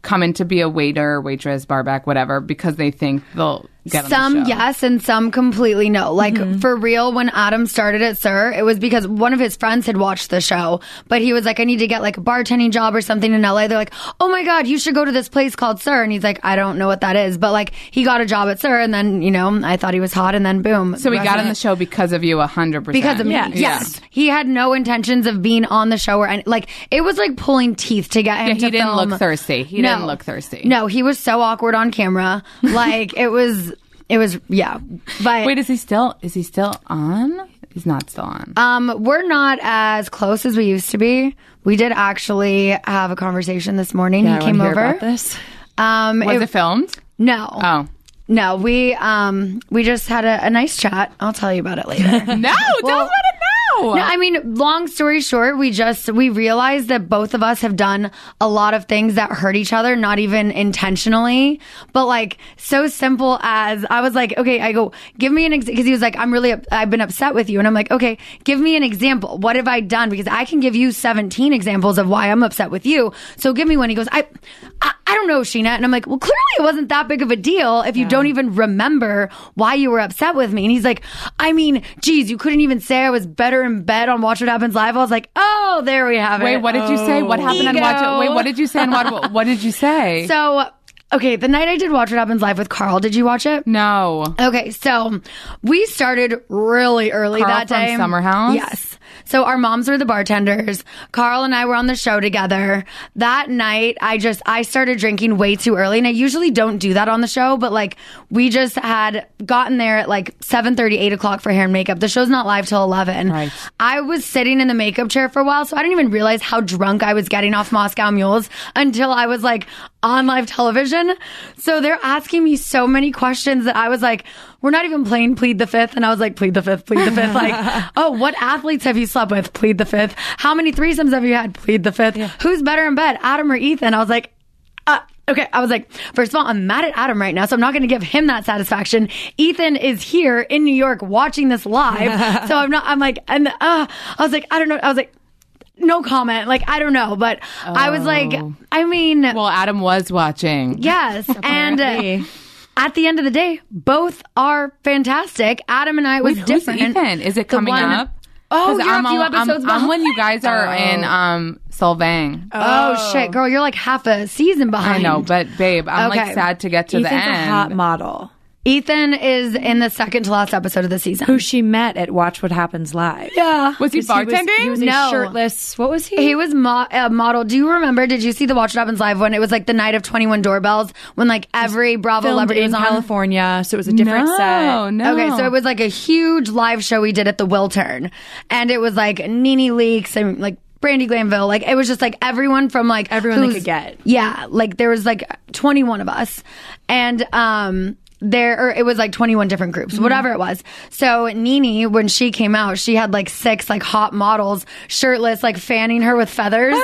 [SPEAKER 3] come in to be a waiter, waitress, barback, whatever, because they think they'll get on the
[SPEAKER 4] some
[SPEAKER 3] show. Mm-hmm.
[SPEAKER 4] yes and some completely no. Like for real, when Adam started at Sir, it was because one of his friends had watched the show, but he was like, I need to get like a bartending job or something in LA. They're like, Oh my God, you should go to this place called Sir. And he's like, I don't know what that is. But like he got a job at Sir and then, you know, I thought he was hot and then boom.
[SPEAKER 3] So we got on the show because of you, hundred percent.
[SPEAKER 4] because of me. Yes. He had no intentions of being on the show or any, like it was like pulling teeth to get him
[SPEAKER 3] Yeah, he
[SPEAKER 4] to
[SPEAKER 3] didn't
[SPEAKER 4] film.
[SPEAKER 3] look thirsty. He
[SPEAKER 4] No.
[SPEAKER 3] didn't look thirsty.
[SPEAKER 4] No, he was so awkward on camera. Like it was it was yeah. But
[SPEAKER 3] Wait, is he still? Is he still on? He's not still on.
[SPEAKER 4] um we're not as close as we used to be. We did actually have a conversation this morning. he came over.
[SPEAKER 5] this.
[SPEAKER 4] Um
[SPEAKER 3] Was it, filmed?
[SPEAKER 4] no.
[SPEAKER 3] Oh
[SPEAKER 4] No, we um we just had a, a nice chat. I'll tell you about it later.
[SPEAKER 3] no!
[SPEAKER 4] Well-
[SPEAKER 3] don't let him know.
[SPEAKER 4] No, I mean, long story short, we just we realized that both of us have done a lot of things that hurt each other, not even intentionally, but like so simple as I was like, okay, I go, give me an example because he was like, I'm really, up- I've been upset with you, and I'm like, okay, give me an example. What have I done? Because I can give you 17 examples of why I'm upset with you. So give me one. He goes, I, I, I don't know, Sheena, and I'm like, well, clearly it wasn't that big of a deal if you don't even remember why you were upset with me. And he's like, I mean, geez, you couldn't even say I was better in bed on Watch What Happens Live. I was like, oh, there we have
[SPEAKER 3] Wait,
[SPEAKER 4] it.
[SPEAKER 3] what did you say?
[SPEAKER 5] Oh.
[SPEAKER 3] What happened on
[SPEAKER 4] Ego.
[SPEAKER 3] Watch It? Wait, what did you say on Watch What did you say?
[SPEAKER 4] So, okay, the night I did Watch What Happens Live with Carl, did you watch it?
[SPEAKER 3] no.
[SPEAKER 4] Okay, so we started really early
[SPEAKER 3] Carl
[SPEAKER 4] that
[SPEAKER 3] from
[SPEAKER 4] day.
[SPEAKER 3] Summer House?
[SPEAKER 4] Yes. So our moms were the bartenders. Carl and I were on the show together. That night, I just I started drinking way too early, and I usually don't do that on the show, but like we just had gotten there at like 7 8 o'clock for hair and makeup. The show's not live till eleven.
[SPEAKER 3] Right.
[SPEAKER 4] I was sitting in the makeup chair for a while, so I didn't even realize how drunk I was getting off Moscow Mules until I was like on live television. So they're asking me so many questions that I was like, we're not even playing plead the fifth. And I was like, plead the fifth, plead the fifth. like, oh, what athletes have you slept with? Plead the fifth. How many threesomes have you had? Plead the fifth. Who's better in bed, Adam or Ethan? I was like, uh, okay. I was like, first of all, I'm mad at Adam right now, so I'm not going to give him that satisfaction. Ethan is here in New York watching this live, so I'm not. I'm like, and uh, I was like, I don't know. I was like, no comment. Like, I don't know, but I was like, I mean,
[SPEAKER 3] Oh. Well, Adam was watching.
[SPEAKER 4] yes, and. uh, At the end of the day, both are fantastic. Adam and I it was
[SPEAKER 3] Who's
[SPEAKER 4] different.
[SPEAKER 3] Ethan? Is it coming
[SPEAKER 4] one-
[SPEAKER 3] up?
[SPEAKER 4] Oh,
[SPEAKER 3] 'Cause
[SPEAKER 4] you're a few
[SPEAKER 3] on-
[SPEAKER 4] episodes
[SPEAKER 3] I'm,
[SPEAKER 4] behind.
[SPEAKER 3] when you guys are
[SPEAKER 5] Oh.
[SPEAKER 3] in um Solvang.
[SPEAKER 4] Oh, shit, girl, you're like half a season
[SPEAKER 3] I
[SPEAKER 4] behind.
[SPEAKER 3] know, but babe, I'm
[SPEAKER 4] Okay.
[SPEAKER 3] like sad to get to the
[SPEAKER 5] Ethan's a
[SPEAKER 3] end.
[SPEAKER 5] hot model
[SPEAKER 4] Ethan is in the second to last episode of the season.
[SPEAKER 5] who she met at Watch What Happens Live.
[SPEAKER 4] yeah.
[SPEAKER 3] was he
[SPEAKER 5] Ah, 'Cause he was-
[SPEAKER 3] bartending?
[SPEAKER 5] He was, a
[SPEAKER 4] No.
[SPEAKER 5] shirtless. What was he?
[SPEAKER 4] He was mo- a model. Do you remember? Did you see the Watch What Happens Live when it was like the night of 21 doorbells when like every Bravo
[SPEAKER 5] filmed
[SPEAKER 4] celebrity
[SPEAKER 5] in
[SPEAKER 4] was on?
[SPEAKER 5] California, so it was a different
[SPEAKER 3] no,
[SPEAKER 5] set.
[SPEAKER 3] no.
[SPEAKER 4] Okay, so it was like a huge live show we did at the Wiltern, and it was like Nene Leakes and like Brandy Glanville. Like it was just like everyone from like
[SPEAKER 5] Everyone they
[SPEAKER 4] who's-
[SPEAKER 5] could get.
[SPEAKER 4] Yeah, like there was like 21 of us, and um. There, or it was like 21 different groups,
[SPEAKER 5] Mm-hmm.
[SPEAKER 4] whatever it was. So Nene, when she came out, she had like six like hot models, shirtless, like fanning her with feathers,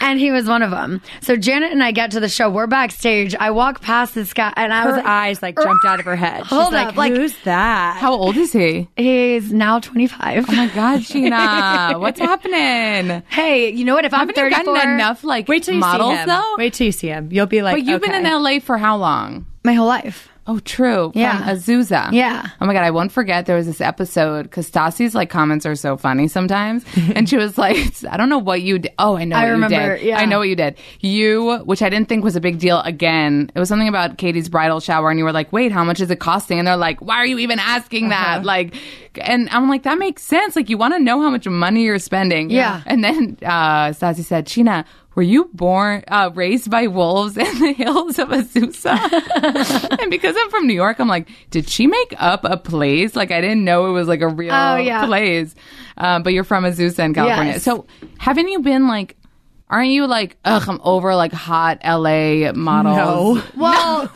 [SPEAKER 4] and he was one of them. So Janet and I get to the show. We're backstage. I walk past this guy, and I was
[SPEAKER 5] Her
[SPEAKER 4] like,
[SPEAKER 5] eyes like jumped out of her head. She's
[SPEAKER 4] Hold
[SPEAKER 5] like,
[SPEAKER 4] up, like-
[SPEAKER 5] who's that?
[SPEAKER 3] How old is he?
[SPEAKER 4] He's now 25.
[SPEAKER 3] Oh my God, Sheena, what's happening?
[SPEAKER 4] Hey, you know what? If I'm
[SPEAKER 3] Haven't you
[SPEAKER 4] 34,
[SPEAKER 3] gotten enough like
[SPEAKER 5] Wait till you
[SPEAKER 3] models
[SPEAKER 5] see him.
[SPEAKER 3] though?
[SPEAKER 5] Wait till you see him. You'll be like,
[SPEAKER 3] but you've
[SPEAKER 5] okay.
[SPEAKER 3] been in LA for how long?
[SPEAKER 4] my whole life.
[SPEAKER 3] Oh, true.
[SPEAKER 4] Yeah.
[SPEAKER 3] From Azusa.
[SPEAKER 4] Yeah.
[SPEAKER 3] Oh my God, I won't forget there was this episode because Stassi's like comments are so funny sometimes. and she was like, I don't know what you did. Oh, I know
[SPEAKER 4] I
[SPEAKER 3] what
[SPEAKER 4] remember,
[SPEAKER 3] you did.
[SPEAKER 4] yeah.
[SPEAKER 3] I know what you did. You, which I didn't think was a big deal again, it was something about Katie's bridal shower and you were like, wait, how much is it costing? And they're like, why are you even asking
[SPEAKER 4] Uh-huh.
[SPEAKER 3] that? Like, and I'm like, that makes sense. Like, you want to know how much money you're spending.
[SPEAKER 4] Yeah.
[SPEAKER 3] And then uh, Stassi said, Sheena, were you born uh, raised by wolves in the hills of Azusa? and because I'm from New York, I'm like, did she make up a place? Like I didn't know it was like a real
[SPEAKER 4] Oh, yeah.
[SPEAKER 3] place. Um, but you're from Azusa in California,
[SPEAKER 4] Yes.
[SPEAKER 3] so haven't you been like? Aren't you like, ugh, I'm over like hot LA models? No.
[SPEAKER 4] Well,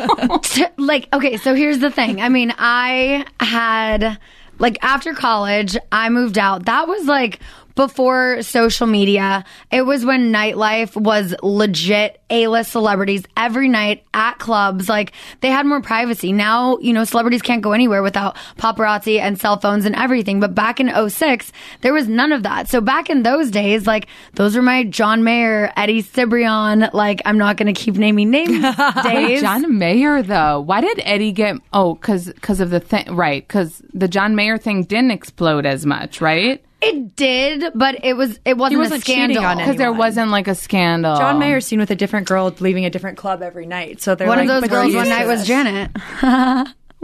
[SPEAKER 4] t- like, okay, so here's the thing. I mean, I had, like, after college, I moved out. That was like before social media. It was when nightlife was legit A list celebrities every night at clubs. Like they had more privacy. Now, you know, celebrities can't go anywhere without paparazzi and cell phones and everything. But back in 06, there was none of that. So back in those days, like those were my John Mayer, Eddie Cibrian, like I'm not going to keep naming names days.
[SPEAKER 3] John Mayer though. Why did Eddie get? Oh, because of the thing, right? Because the John Mayer thing didn't explode as much, right?
[SPEAKER 4] It did, but it was it wasn't a
[SPEAKER 5] wasn't cheating
[SPEAKER 4] scandal.
[SPEAKER 5] on
[SPEAKER 3] Because there wasn't like a scandal.
[SPEAKER 5] John Mayer's seen with a different girl leaving a different club every night. So they're
[SPEAKER 4] One
[SPEAKER 5] like,
[SPEAKER 4] of those
[SPEAKER 5] "But they're
[SPEAKER 4] girls one
[SPEAKER 5] used to
[SPEAKER 4] night was
[SPEAKER 5] this."
[SPEAKER 4] Janet.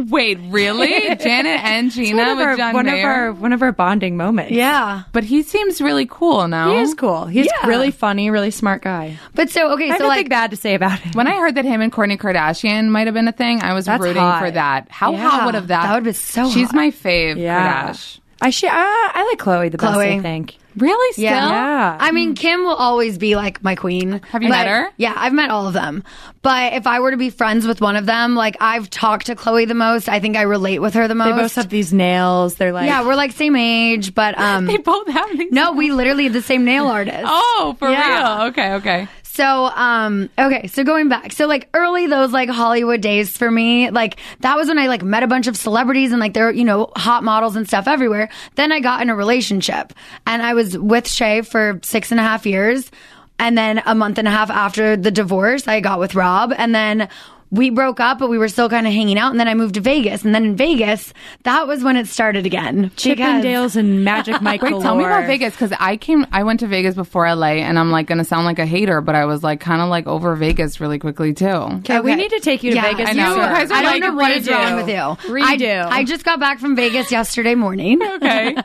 [SPEAKER 3] Wait, really? Janet and
[SPEAKER 5] One
[SPEAKER 3] Gina
[SPEAKER 5] of,
[SPEAKER 3] with
[SPEAKER 5] our,
[SPEAKER 3] John
[SPEAKER 5] one of
[SPEAKER 3] Mayer.
[SPEAKER 5] our one of our bonding moments.
[SPEAKER 4] Yeah.
[SPEAKER 3] but he seems really cool now.
[SPEAKER 5] He is cool. He's
[SPEAKER 4] Yeah.
[SPEAKER 5] really funny, really smart guy.
[SPEAKER 4] But so okay,
[SPEAKER 5] I have
[SPEAKER 4] so
[SPEAKER 5] nothing
[SPEAKER 4] like
[SPEAKER 5] bad to say about him.
[SPEAKER 3] When I heard that him and Kourtney Kardashian might have been a thing, I was
[SPEAKER 5] That's
[SPEAKER 3] rooting
[SPEAKER 5] hot.
[SPEAKER 3] for that. How
[SPEAKER 4] Yeah.
[SPEAKER 3] hot would have that?
[SPEAKER 4] That would've been so
[SPEAKER 3] She's
[SPEAKER 4] hot.
[SPEAKER 3] my fave.
[SPEAKER 5] Yeah.
[SPEAKER 3] Kardashian.
[SPEAKER 5] I sh- I, I like Chloe the best.
[SPEAKER 4] Chloe.
[SPEAKER 5] I think.
[SPEAKER 3] Really? Still?
[SPEAKER 4] Yeah.
[SPEAKER 5] Yeah.
[SPEAKER 4] I mean, Kim will always be like my queen.
[SPEAKER 3] Have you
[SPEAKER 4] But-
[SPEAKER 3] met her?
[SPEAKER 4] Yeah, I've met all of them. But if I were to be friends with one of them, like I've talked to Chloe the most. I think I relate with her the most.
[SPEAKER 5] They both have these nails. They're like,
[SPEAKER 4] yeah, we're like same age, but um,
[SPEAKER 3] They both have these.
[SPEAKER 4] no, we literally the same nail artist.
[SPEAKER 3] Oh, for
[SPEAKER 4] Yeah.
[SPEAKER 3] real? Okay, okay.
[SPEAKER 4] So, um, okay, so going back, so like early those like Hollywood days for me, like that was when I like met a bunch of celebrities and like they're, you know, hot models and stuff everywhere. Then I got in a relationship and I was with Shay for six and a half years. And then a month and a half after the divorce, I got with Rob and then we broke up, but we were still kind of hanging out. And then I moved to Vegas. And then in Vegas, that was when it started again. Because-
[SPEAKER 5] Chippendales and Magic Mike.
[SPEAKER 3] Wait, tell me about Vegas because I came, I went to Vegas before LA, and I'm like gonna sound like a hater, but I was like kind of like over Vegas really quickly too.
[SPEAKER 5] Okay, Uh, we need to take you to
[SPEAKER 4] Yeah,
[SPEAKER 5] Vegas.
[SPEAKER 3] I know.
[SPEAKER 5] You
[SPEAKER 3] You guys are
[SPEAKER 4] I don't
[SPEAKER 3] like,
[SPEAKER 4] know what is wrong
[SPEAKER 5] redo.
[SPEAKER 4] with you.
[SPEAKER 5] Redo.
[SPEAKER 4] I, I just got back from Vegas yesterday morning.
[SPEAKER 3] Okay.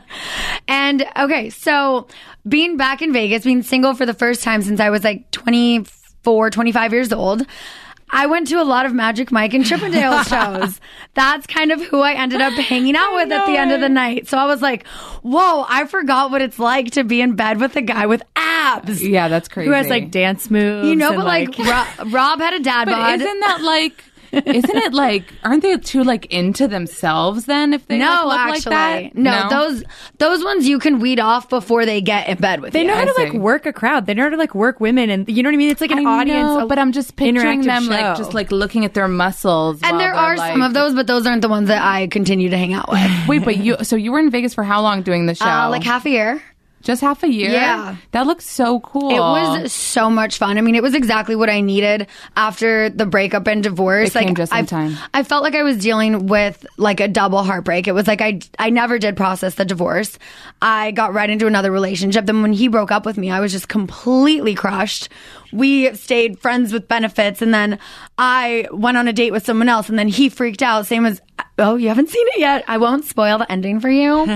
[SPEAKER 4] And okay, so being back in Vegas, being single for the first time since I was like 24, 25 years old, I went to a lot of Magic Mike and Chippendale shows. That's kind of who I ended up hanging out with at the end of the night. So I was like, whoa, I forgot what it's like to be in bed with a guy with abs.
[SPEAKER 3] Yeah, that's crazy.
[SPEAKER 5] Who has like dance moves?
[SPEAKER 4] You know,
[SPEAKER 5] and,
[SPEAKER 4] but like, Rob, Rob had a dad
[SPEAKER 3] But
[SPEAKER 4] bod.
[SPEAKER 3] isn't that like? Isn't it like? Aren't they too like into themselves then? If they
[SPEAKER 4] no,
[SPEAKER 3] like, look
[SPEAKER 4] actually,
[SPEAKER 3] like that,
[SPEAKER 4] no, Those those ones you can weed off before they get in bed with
[SPEAKER 5] they
[SPEAKER 4] you.
[SPEAKER 5] know how to
[SPEAKER 3] I
[SPEAKER 5] like
[SPEAKER 3] see.
[SPEAKER 5] work a crowd. They know how to like work women, and you know what I mean. It's like an
[SPEAKER 3] I
[SPEAKER 5] audience.
[SPEAKER 3] know,
[SPEAKER 5] a
[SPEAKER 3] but I'm just picturing
[SPEAKER 5] interactive
[SPEAKER 3] them
[SPEAKER 5] show.
[SPEAKER 3] like just like looking at their muscles.
[SPEAKER 4] and
[SPEAKER 3] while
[SPEAKER 4] there
[SPEAKER 3] they're,
[SPEAKER 4] are some
[SPEAKER 3] like-
[SPEAKER 4] of those, but those aren't the ones that I continue to hang out with.
[SPEAKER 3] Wait, but you so you were in Vegas for how long doing the show?
[SPEAKER 4] Uh, like half a year.
[SPEAKER 3] just half a year.
[SPEAKER 4] Yeah.
[SPEAKER 3] that looks so cool.
[SPEAKER 4] It was so much fun. I mean, it was exactly what I needed after the breakup and divorce.
[SPEAKER 3] It came just in
[SPEAKER 4] I,
[SPEAKER 3] time.
[SPEAKER 4] I felt like I was dealing with like a double heartbreak. It was like I I never did process the divorce. I got right into another relationship. Then when he broke up with me, I was just completely crushed. We stayed friends with benefits, and then I went on a date with someone else, and then he freaked out. Same as oh, you haven't seen it yet. I won't spoil the ending for you.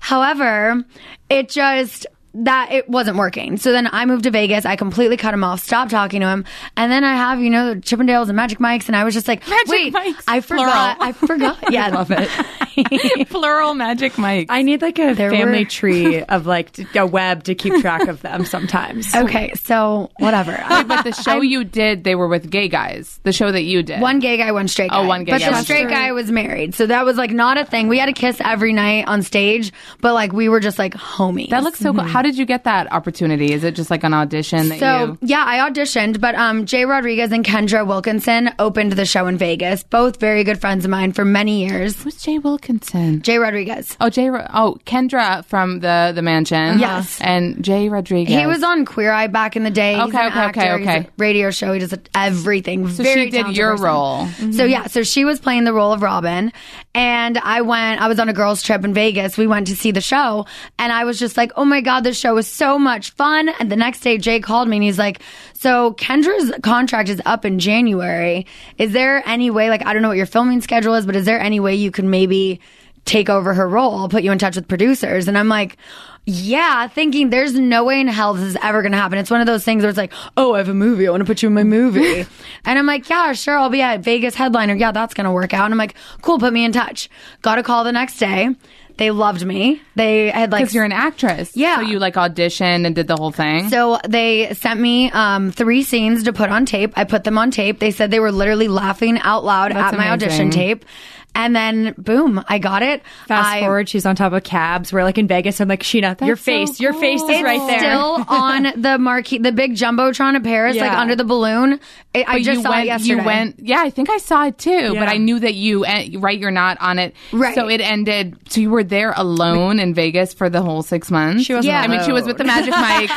[SPEAKER 4] However, it just that it wasn't working. So then I moved to Vegas. I completely cut him off, stopped talking to him, and then I have you know the Chippendales and Magic Mikes, and I was just like, wait,
[SPEAKER 3] Mikes,
[SPEAKER 4] I
[SPEAKER 3] plural.
[SPEAKER 4] forgot, I forgot. Yeah, love it.
[SPEAKER 3] plural magic Mike.
[SPEAKER 5] I need like a
[SPEAKER 4] There
[SPEAKER 5] family
[SPEAKER 4] were-
[SPEAKER 5] tree of like t- a web to keep track of them sometimes.
[SPEAKER 4] Okay, so whatever.
[SPEAKER 3] but the show you did, they were with gay guys. The show that you did,
[SPEAKER 4] One gay guy, one straight guy.
[SPEAKER 3] Oh, one gay
[SPEAKER 4] But
[SPEAKER 3] guy,
[SPEAKER 4] the
[SPEAKER 3] one
[SPEAKER 4] straight guy was married. So that was like not a thing. We had a kiss every night on stage, but like we were just like homies.
[SPEAKER 3] That looks so cool. How did you get that opportunity? Is it just like an audition that
[SPEAKER 4] So
[SPEAKER 3] you?
[SPEAKER 4] yeah, I auditioned, but um, Jay Rodriguez and Kendra Wilkinson opened the show in Vegas. Both very good friends of mine for many years.
[SPEAKER 3] Who's Jay Wilkinson?
[SPEAKER 4] Jay Rodriguez.
[SPEAKER 3] Oh, Jay. Ro- Oh, Kendra from the the mansion.
[SPEAKER 4] Yes.
[SPEAKER 3] and Jay Rodriguez.
[SPEAKER 4] He was on Queer Eye back in the day. He's
[SPEAKER 3] Okay,
[SPEAKER 4] an
[SPEAKER 3] okay, okay,
[SPEAKER 4] actor. He's a
[SPEAKER 3] okay.
[SPEAKER 4] radio show. He does everything.
[SPEAKER 3] So
[SPEAKER 4] Very
[SPEAKER 3] she did
[SPEAKER 4] talented
[SPEAKER 3] your
[SPEAKER 4] person.
[SPEAKER 3] role. Mm-hmm.
[SPEAKER 4] So yeah, so she was playing the role of Robin, and I went. I was on a girls' trip in Vegas. We went to see the show, and I was just like, "Oh my god, this show was so much fun!" And the next day, Jay called me and he's like, "So Kendra's contract is up in January. Is there any way? Like, I don't know what your filming schedule is, but is there any way you can maybe?" Take over her role. I'll put you in touch with producers. And I'm like, yeah, thinking there's no way in hell this is ever going to happen. It's one of those things where it's like, oh, I have a movie. I want to put you in my movie. and I'm like, yeah, sure. I'll be at Vegas headliner. Yeah, that's going to work out. And I'm like, cool, put me in touch. Got a call the next day. They loved me. They had like.
[SPEAKER 3] because you're an actress.
[SPEAKER 4] Yeah.
[SPEAKER 3] So you like auditioned and did the whole thing.
[SPEAKER 4] So they sent me um, three scenes to put on tape. I put them on tape. They said they were literally laughing out loud at my
[SPEAKER 3] amazing.
[SPEAKER 4] audition tape. And then boom, I got it.
[SPEAKER 5] Fast
[SPEAKER 4] I-
[SPEAKER 5] forward, she's on top of cabs. We're like in Vegas. I'm like, Sheena, your face, your face is
[SPEAKER 4] It's
[SPEAKER 5] right there.
[SPEAKER 4] still on the marquee, the big jumbotron of Paris, like
[SPEAKER 5] Yeah.
[SPEAKER 4] under the balloon. I, I
[SPEAKER 3] But
[SPEAKER 4] just
[SPEAKER 3] you
[SPEAKER 4] saw
[SPEAKER 3] went,
[SPEAKER 4] it yesterday.
[SPEAKER 3] You went, yeah, I think I saw it too, but
[SPEAKER 5] Yeah.
[SPEAKER 3] I knew that you, en- right, you're not on it.
[SPEAKER 4] Right.
[SPEAKER 3] So it ended, so you were there alone in Vegas for the whole six months.
[SPEAKER 5] She wasn't
[SPEAKER 3] Yeah. I mean, she was
[SPEAKER 5] alone.
[SPEAKER 3] with the Magic Mike,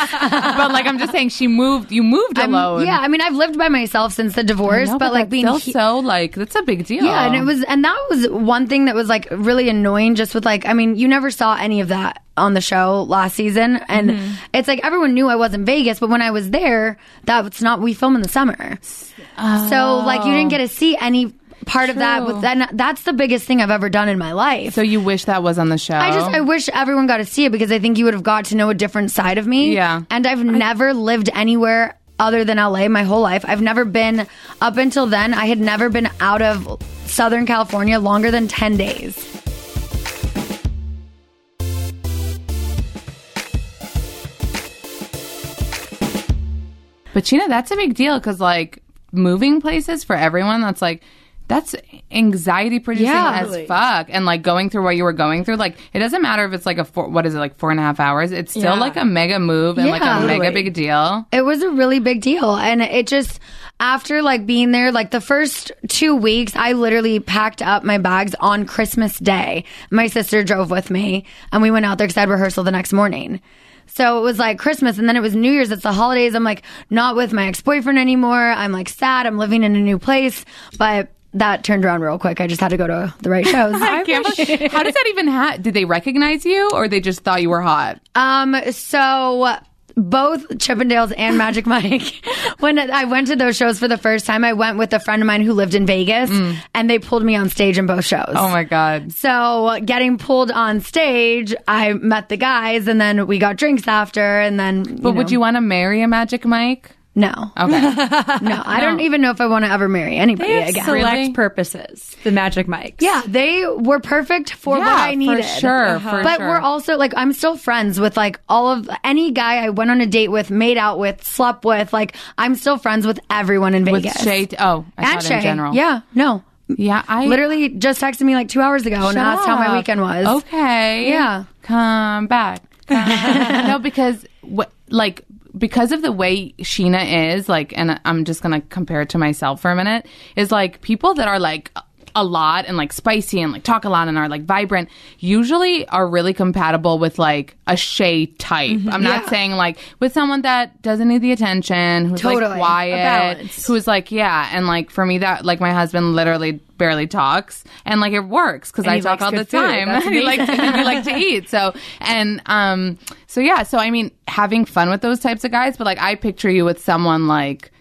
[SPEAKER 3] but like, I'm just saying, she moved, you moved
[SPEAKER 4] I'm-
[SPEAKER 3] alone.
[SPEAKER 4] yeah, I mean, I've lived by myself since the
[SPEAKER 3] I
[SPEAKER 4] divorce,
[SPEAKER 3] know,
[SPEAKER 4] but, like
[SPEAKER 3] that's
[SPEAKER 4] being
[SPEAKER 3] still
[SPEAKER 4] he-
[SPEAKER 3] so like that's a big deal.
[SPEAKER 4] Yeah, and it was, and that was one thing that was like really annoying. Just with like, I mean, you never saw any of that on the show last season, and
[SPEAKER 3] Mm-hmm.
[SPEAKER 4] it's like everyone knew I was in Vegas, but when I was there, that's not we film in the summer, so like you
[SPEAKER 3] Oh.
[SPEAKER 4] didn't get to see any part of that. With then, that's the biggest thing I've ever done in my life.
[SPEAKER 3] So you wish that was on the show.
[SPEAKER 4] I just I wish everyone got to see it because I think you would have got to know a different side of me.
[SPEAKER 3] Yeah.
[SPEAKER 4] And I've never lived anywhere other than LA my whole life. I've never been up until then I had never been out of Southern California longer than 10 days.
[SPEAKER 3] But Sheena, that's a big deal because like moving places for everyone, that's like that's anxiety producing
[SPEAKER 4] Yeah.
[SPEAKER 3] as fuck. And like going through what you were going through, like it doesn't matter if it's like a four, what is it like four and a half hours? It's still
[SPEAKER 5] Yeah.
[SPEAKER 3] like a mega move and like a
[SPEAKER 4] Yeah.
[SPEAKER 3] mega big deal.
[SPEAKER 4] It was a really big deal and it just after like being there like the first 2 weeks I literally packed up my bags on Christmas day. My sister drove with me and we went out there cuz I had rehearsal the next morning. So it was like Christmas and then it was New Year's. It's the holidays. I'm like not with my ex boyfriend anymore. I'm like sad. I'm living in a new place. But that turned around real quick. I just had to go to the right shows.
[SPEAKER 3] Can't believe- How does that even happen? Did they recognize you or they just thought you were hot?
[SPEAKER 4] um, so both Chippendales and Magic Mike, when I went to those shows for the first time, I went with a friend of mine who lived in Vegas and they pulled me on stage in both shows.
[SPEAKER 3] Mm. Oh my God.
[SPEAKER 4] So getting pulled on stage, I met the guys and then we got drinks after and then.
[SPEAKER 3] But would you want to marry a Magic Mike?
[SPEAKER 4] No.
[SPEAKER 3] Okay.
[SPEAKER 4] No, I don't even know if I want to ever marry anybody
[SPEAKER 5] They have
[SPEAKER 4] again.
[SPEAKER 5] select
[SPEAKER 3] Really?
[SPEAKER 5] purposes. The Magic Mics.
[SPEAKER 4] Yeah, they were perfect for
[SPEAKER 3] Yeah,
[SPEAKER 4] what I
[SPEAKER 3] for
[SPEAKER 4] needed.
[SPEAKER 3] sure, Uh-huh. for
[SPEAKER 4] but
[SPEAKER 3] sure.
[SPEAKER 4] we're also like I'm still friends with like all of any guy I went on a date with, made out with, slept with. Like I'm still friends with everyone in
[SPEAKER 3] With
[SPEAKER 4] Vegas.
[SPEAKER 3] Shay. Oh, I
[SPEAKER 4] and
[SPEAKER 3] thought
[SPEAKER 4] Shay.
[SPEAKER 3] in general.
[SPEAKER 4] Yeah, no.
[SPEAKER 3] Yeah. I
[SPEAKER 4] Literally just texted me like two hours ago and
[SPEAKER 3] Shut
[SPEAKER 4] asked how
[SPEAKER 3] up.
[SPEAKER 4] my weekend was.
[SPEAKER 3] Okay.
[SPEAKER 4] Yeah.
[SPEAKER 3] Come back. Come- no, because what like because of the way Sheena is like, and I'm just gonna compare it to myself for a minute. Is like people that are like a lot and like spicy and like talk a lot and are like vibrant usually are really compatible with like a Shay type.
[SPEAKER 4] Mm-hmm.
[SPEAKER 3] I'm not saying like with someone that doesn't need the attention, who's like
[SPEAKER 4] Totally. A
[SPEAKER 3] quiet,
[SPEAKER 5] balance.
[SPEAKER 3] who was like, yeah, and like for me that like my husband literally barely talks, and like it works because
[SPEAKER 5] And
[SPEAKER 3] I
[SPEAKER 5] he
[SPEAKER 3] talk
[SPEAKER 5] likes
[SPEAKER 3] all the
[SPEAKER 5] good food.
[SPEAKER 3] time.
[SPEAKER 5] That's
[SPEAKER 3] he likes to, he likes to eat. So and um so yeah. So I mean, having fun with those types of guys, but like I picture you with someone like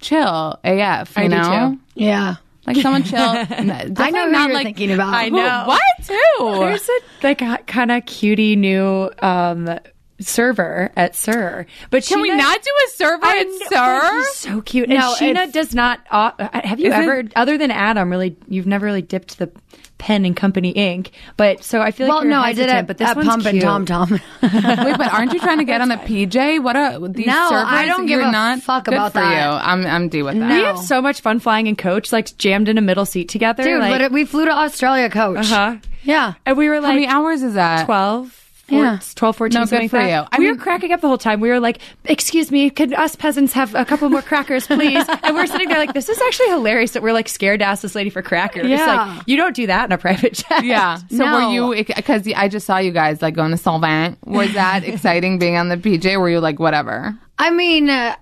[SPEAKER 3] chill AF, you
[SPEAKER 5] do
[SPEAKER 3] know.
[SPEAKER 5] too.
[SPEAKER 4] Yeah.
[SPEAKER 3] Like someone chill. I
[SPEAKER 4] I know who
[SPEAKER 3] not
[SPEAKER 4] you're
[SPEAKER 3] like
[SPEAKER 4] thinking about.
[SPEAKER 5] I know.
[SPEAKER 3] What? Who?
[SPEAKER 5] There's a like kind of cutie new um server at Sir, but
[SPEAKER 3] Can we
[SPEAKER 5] Sheena-
[SPEAKER 3] not do a server
[SPEAKER 5] I
[SPEAKER 3] at
[SPEAKER 5] know,
[SPEAKER 3] Sir?
[SPEAKER 5] she's so cute. And
[SPEAKER 4] No,
[SPEAKER 5] Sheena
[SPEAKER 4] it's-
[SPEAKER 5] does not. Uh, have you
[SPEAKER 3] Isn't-
[SPEAKER 5] ever, other than Adam, really? You've never really dipped the pen in Company Inc. But so I feel like
[SPEAKER 4] well,
[SPEAKER 5] you're
[SPEAKER 4] no, I did
[SPEAKER 5] hesitant,
[SPEAKER 4] at,
[SPEAKER 5] But this
[SPEAKER 4] at
[SPEAKER 5] one's
[SPEAKER 4] Pump and
[SPEAKER 5] cute.
[SPEAKER 4] Tom Tom.
[SPEAKER 3] Wait, but aren't you trying to get on a PJ? What are these
[SPEAKER 4] No,
[SPEAKER 3] servers?
[SPEAKER 4] I don't give
[SPEAKER 3] You're
[SPEAKER 4] a
[SPEAKER 3] not
[SPEAKER 4] fuck
[SPEAKER 3] good
[SPEAKER 4] about
[SPEAKER 3] for
[SPEAKER 4] that.
[SPEAKER 3] you. I'm I'm due with that.
[SPEAKER 5] We have so much fun flying in coach, like jammed in a middle seat together,
[SPEAKER 4] Dude,
[SPEAKER 5] like,
[SPEAKER 4] literally, we flew to Australia, coach.
[SPEAKER 3] Uh-huh.
[SPEAKER 5] huh?
[SPEAKER 4] Yeah.
[SPEAKER 5] And we were
[SPEAKER 3] How many
[SPEAKER 5] like
[SPEAKER 3] hours is that?
[SPEAKER 5] 12.
[SPEAKER 4] Yeah.
[SPEAKER 5] 12, 14,
[SPEAKER 3] Uh, No, good
[SPEAKER 5] something like
[SPEAKER 3] for
[SPEAKER 5] that.
[SPEAKER 3] you. I
[SPEAKER 5] we
[SPEAKER 3] mean-
[SPEAKER 5] were cracking up the whole time. We were like, excuse me, could us peasants have a couple more crackers, please? and we're sitting there like, this is actually hilarious that we're like scared to ask this lady for crackers.
[SPEAKER 4] Yeah.
[SPEAKER 5] Like, you don't do that in a private jet.
[SPEAKER 3] Yeah. So
[SPEAKER 4] No.
[SPEAKER 3] were you? Because I just saw you guys like going to Solvent. Was that exciting being on the PJ? Were you like whatever?
[SPEAKER 4] I mean, uh,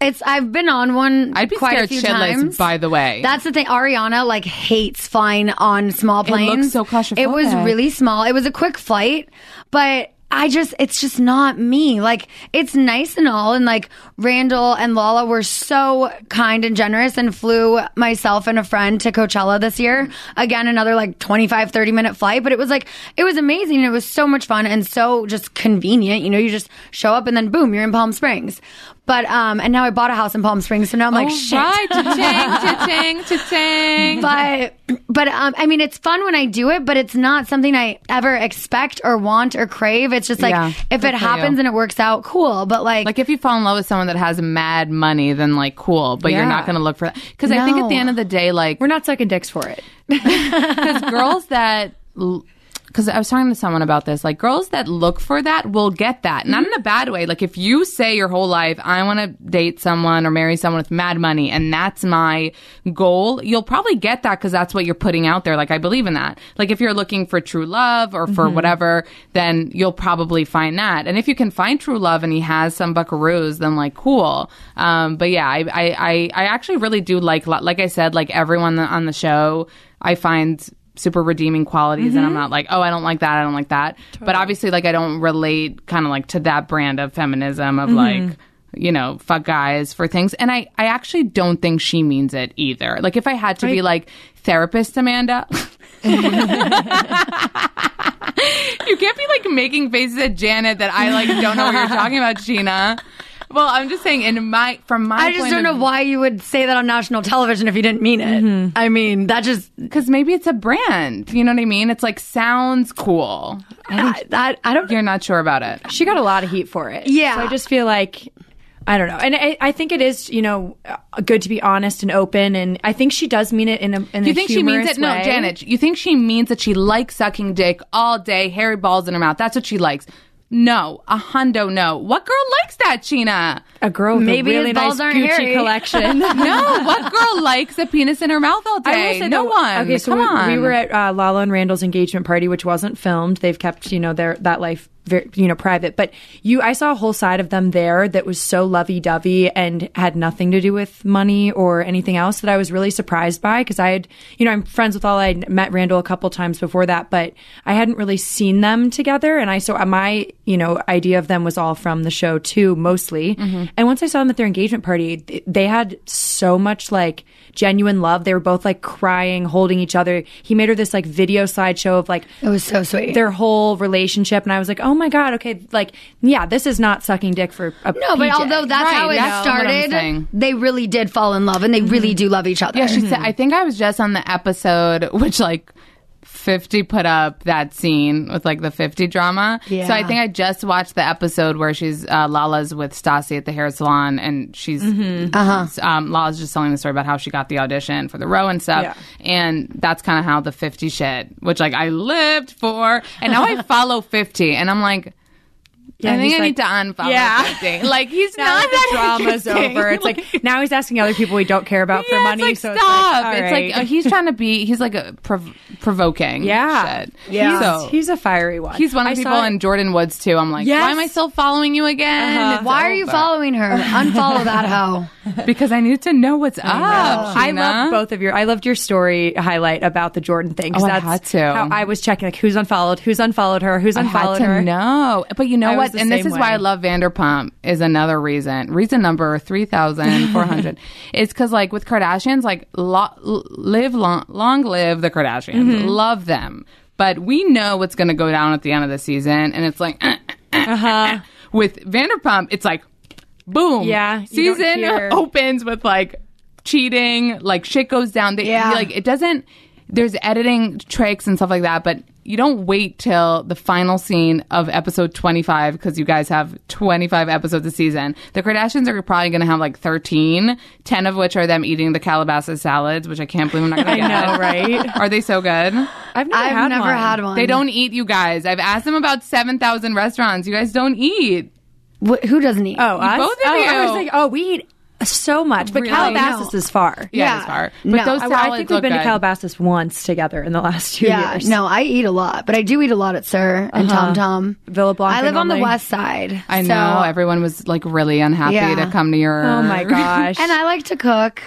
[SPEAKER 4] it's I've been on one
[SPEAKER 3] I'd be
[SPEAKER 4] quite a
[SPEAKER 3] scared
[SPEAKER 4] few
[SPEAKER 3] shitless.
[SPEAKER 4] times.
[SPEAKER 3] By the way,
[SPEAKER 4] That's the thing. Ariana like hates flying on small
[SPEAKER 3] looks
[SPEAKER 4] planes.
[SPEAKER 3] so claustrophobic.
[SPEAKER 4] It was really small. It was a quick flight, but I just it's just not me. Like it's nice and all, and like Randall and Lala were so kind and generous and flew myself and a friend to Coachella this year. Again, another like 25, 30 minute flight, but it was like it was amazing. It was so much fun and so just convenient. You know, you just show up and then boom, you're in Palm Springs. But um, and now I bought a house in Palm Springs, so now I'm like,
[SPEAKER 3] All
[SPEAKER 4] shit
[SPEAKER 3] Oh, right. Cha-ching, cha-ching, cha-ching.
[SPEAKER 4] but but um, I mean, it's fun when I do it, but it's not something I ever expect or want or crave. It's just like
[SPEAKER 3] Yeah,
[SPEAKER 4] if
[SPEAKER 3] good
[SPEAKER 4] it
[SPEAKER 3] for
[SPEAKER 4] happens
[SPEAKER 3] you.
[SPEAKER 4] and it works out, cool. But like,
[SPEAKER 3] Like if you fall in love with someone that has mad money, then like cool, but you're not
[SPEAKER 4] Yeah.
[SPEAKER 3] going to look for that. Because I think at the
[SPEAKER 4] No.
[SPEAKER 3] end of the day, like
[SPEAKER 5] We're not sucking dicks for it.
[SPEAKER 3] because girls that because I was talking to someone about this, like girls that look for that will get that, not in a bad way. Like if you say your whole life, I want to date someone or marry someone with mad money, and that's my goal, you'll probably get that because that's what you're putting out there. Like I believe in that. Like if you're looking for true love or for whatever, then you'll probably find that. And if you can find true love and he has some buckaroos, then like cool. Um, but yeah, I, I I I actually really do like like I said, like everyone on the show. I find super redeeming qualities and I'm
[SPEAKER 4] Mm-hmm.
[SPEAKER 3] not like, oh, I don't like that, I don't like that. But obviously like I don't relate kind of like to that brand of feminism of
[SPEAKER 4] Mm-hmm.
[SPEAKER 3] like you know, fuck guys for things. And I, I actually don't think she means it either. Like, if I had to be like, therapist Amanda, you can't be like making faces at Janet that I like don't know what you're talking about, Gina. Well, I'm just saying, in my, from my
[SPEAKER 4] I just
[SPEAKER 3] point
[SPEAKER 4] don't
[SPEAKER 3] of
[SPEAKER 4] know why you would say that on national television if you didn't mean it.
[SPEAKER 3] Mm-hmm.
[SPEAKER 4] I mean, that just
[SPEAKER 3] Because maybe it's a brand. You know what I mean? It's like sounds cool.
[SPEAKER 4] I, that I don't.
[SPEAKER 3] You're not sure about it.
[SPEAKER 5] She got a lot of heat for it.
[SPEAKER 4] Yeah.
[SPEAKER 5] So I just feel like I don't know, and I, I think it is you know uh, good to be honest and open, and I think she does mean it in a in
[SPEAKER 3] You
[SPEAKER 5] a
[SPEAKER 3] think she means
[SPEAKER 5] humorous
[SPEAKER 3] it? No,
[SPEAKER 5] way.
[SPEAKER 3] Janet. You think she means that she likes sucking dick all day, hairy balls in her mouth? That's what she likes. No, a hundo. No, what girl likes that, Sheena?
[SPEAKER 5] A girl with
[SPEAKER 4] Maybe
[SPEAKER 5] a really
[SPEAKER 4] his
[SPEAKER 5] nice
[SPEAKER 4] balls aren't
[SPEAKER 5] Gucci
[SPEAKER 4] hairy.
[SPEAKER 5] collection.
[SPEAKER 3] No, what girl likes a penis in her mouth all
[SPEAKER 5] I will
[SPEAKER 3] day?
[SPEAKER 5] say
[SPEAKER 3] no
[SPEAKER 5] that-
[SPEAKER 3] one.
[SPEAKER 5] Okay, so
[SPEAKER 3] Come
[SPEAKER 5] we,
[SPEAKER 3] on.
[SPEAKER 5] we were at uh, Lala and Randall's engagement party, which wasn't filmed. They've kept you know their that life very, you know private. But you, I saw a whole side of them there that was so lovey dovey and had nothing to do with money or anything else that I was really surprised by because I had you know I'm friends with all I met Randall a couple times before that, but I hadn't really seen them together. And I so uh, my you know idea of them was all from the show too mostly. And once I saw them at their engagement party, th- they had so much like genuine love. They were both like crying, holding each other. He made her this like video slideshow of like
[SPEAKER 4] It was so sweet.
[SPEAKER 5] their whole relationship, and I was like, oh my god, okay, like yeah, this is not sucking dick for a
[SPEAKER 4] no, but
[SPEAKER 5] PJ.
[SPEAKER 4] although that's
[SPEAKER 3] Right,
[SPEAKER 4] how it
[SPEAKER 3] that's what I'm
[SPEAKER 4] started,
[SPEAKER 3] saying. Mm-hmm.
[SPEAKER 4] they really did fall in love and they really do love each other. Mm-hmm.
[SPEAKER 3] Yeah, she said. I think I was just on the episode which like. 50 put up that scene with like the 50 drama.
[SPEAKER 4] Yeah.
[SPEAKER 3] So I think I just watched the episode where she's uh, Lala's with Stassi at the hair salon and she's
[SPEAKER 5] Mm-hmm.
[SPEAKER 3] um, Lala's just telling the story about how she got the audition for the row and stuff. And that's kind of how the 50 shit, which like I lived for. And now I follow 50 and I'm like, I think
[SPEAKER 5] he's
[SPEAKER 3] I
[SPEAKER 5] like-
[SPEAKER 3] need to unfollow
[SPEAKER 5] Yeah.
[SPEAKER 3] 50. Like he's
[SPEAKER 5] Now
[SPEAKER 3] not
[SPEAKER 5] that
[SPEAKER 3] that
[SPEAKER 5] the drama's
[SPEAKER 3] interesting.
[SPEAKER 5] over. It's like now he's asking other people we don't care about for money.
[SPEAKER 3] It's
[SPEAKER 5] so
[SPEAKER 3] like, stop.
[SPEAKER 5] It's like, all right.
[SPEAKER 3] uh, he's trying to be. He's like a prov- provoking.
[SPEAKER 5] yeah,
[SPEAKER 3] shit.
[SPEAKER 5] yeah. He's,
[SPEAKER 3] So, he's,
[SPEAKER 5] he's a fiery one.
[SPEAKER 3] one of
[SPEAKER 5] I
[SPEAKER 3] the people
[SPEAKER 5] saw-
[SPEAKER 3] in Jordan Woods too. I'm like,
[SPEAKER 5] Yes. Uh-huh.
[SPEAKER 3] why am I still following you again? It's
[SPEAKER 4] Why are you
[SPEAKER 3] over.
[SPEAKER 4] following her? Unfollow that hoe.
[SPEAKER 3] Because I need to know what's up.
[SPEAKER 5] Oh, I
[SPEAKER 3] Sheena.
[SPEAKER 5] loved both of your. I loved your story highlight about the Jordan thing. 'cause
[SPEAKER 3] Oh, I had to.
[SPEAKER 5] How I was checking like who's unfollowed, who's unfollowed her, who's
[SPEAKER 3] I had
[SPEAKER 5] unfollowed
[SPEAKER 3] to
[SPEAKER 5] her.
[SPEAKER 3] know, but you know
[SPEAKER 5] I was
[SPEAKER 3] what?
[SPEAKER 5] the
[SPEAKER 3] And this
[SPEAKER 5] same
[SPEAKER 3] is why I
[SPEAKER 5] way.
[SPEAKER 3] love Vanderpump. Is another reason. Reason number three thousand four hundred is because like with Kardashians, like lo- live long, long live the Kardashians.
[SPEAKER 5] Mm-hmm.
[SPEAKER 3] Love them, but we know what's going to go down at the end of the season, and it's like
[SPEAKER 5] Uh-huh.
[SPEAKER 3] with Vanderpump, it's like boom.
[SPEAKER 5] Yeah, you don't
[SPEAKER 3] season
[SPEAKER 5] hear-
[SPEAKER 3] opens with like cheating, like shit goes down. They,
[SPEAKER 4] Yeah.
[SPEAKER 3] like it doesn't. There's editing tricks and stuff like that, but you don't wait till the final scene of episode 25 because you guys have 25 episodes a season. The Kardashians are probably going to have like 13, 10 of which are them eating the Calabasas salads, which I can't believe I'm not going to get.
[SPEAKER 5] I know, right?
[SPEAKER 3] Are they so good?
[SPEAKER 5] I've never
[SPEAKER 4] I've
[SPEAKER 5] had
[SPEAKER 4] never
[SPEAKER 5] one.
[SPEAKER 4] had one.
[SPEAKER 3] They don't eat, you guys. I've asked them about 7,000 restaurants. You guys don't eat.
[SPEAKER 4] Wh- who doesn't eat?
[SPEAKER 5] Oh, us?
[SPEAKER 3] both of
[SPEAKER 5] oh, I was
[SPEAKER 3] you.
[SPEAKER 5] like, oh, we eat so much, but
[SPEAKER 3] Really?
[SPEAKER 5] Calabasas
[SPEAKER 4] No.
[SPEAKER 5] is far.
[SPEAKER 3] Yeah,
[SPEAKER 4] Yeah.
[SPEAKER 3] it's hard. But
[SPEAKER 4] No.
[SPEAKER 3] those
[SPEAKER 4] I-
[SPEAKER 5] I,
[SPEAKER 3] salads
[SPEAKER 5] I think we've
[SPEAKER 3] look
[SPEAKER 5] been
[SPEAKER 3] good.
[SPEAKER 5] to Calabasas once together in the last two
[SPEAKER 4] Yeah,
[SPEAKER 5] years.
[SPEAKER 4] no, I eat a lot, but I do eat a lot at Sir and
[SPEAKER 3] Uh-huh.
[SPEAKER 4] Tom Tom.
[SPEAKER 5] Villa Blanca
[SPEAKER 4] I live on the
[SPEAKER 5] normally.
[SPEAKER 4] west side.
[SPEAKER 3] I
[SPEAKER 4] so-
[SPEAKER 3] know everyone was like really unhappy
[SPEAKER 4] Yeah.
[SPEAKER 3] to come to your.
[SPEAKER 5] Oh my gosh.
[SPEAKER 4] And I like to cook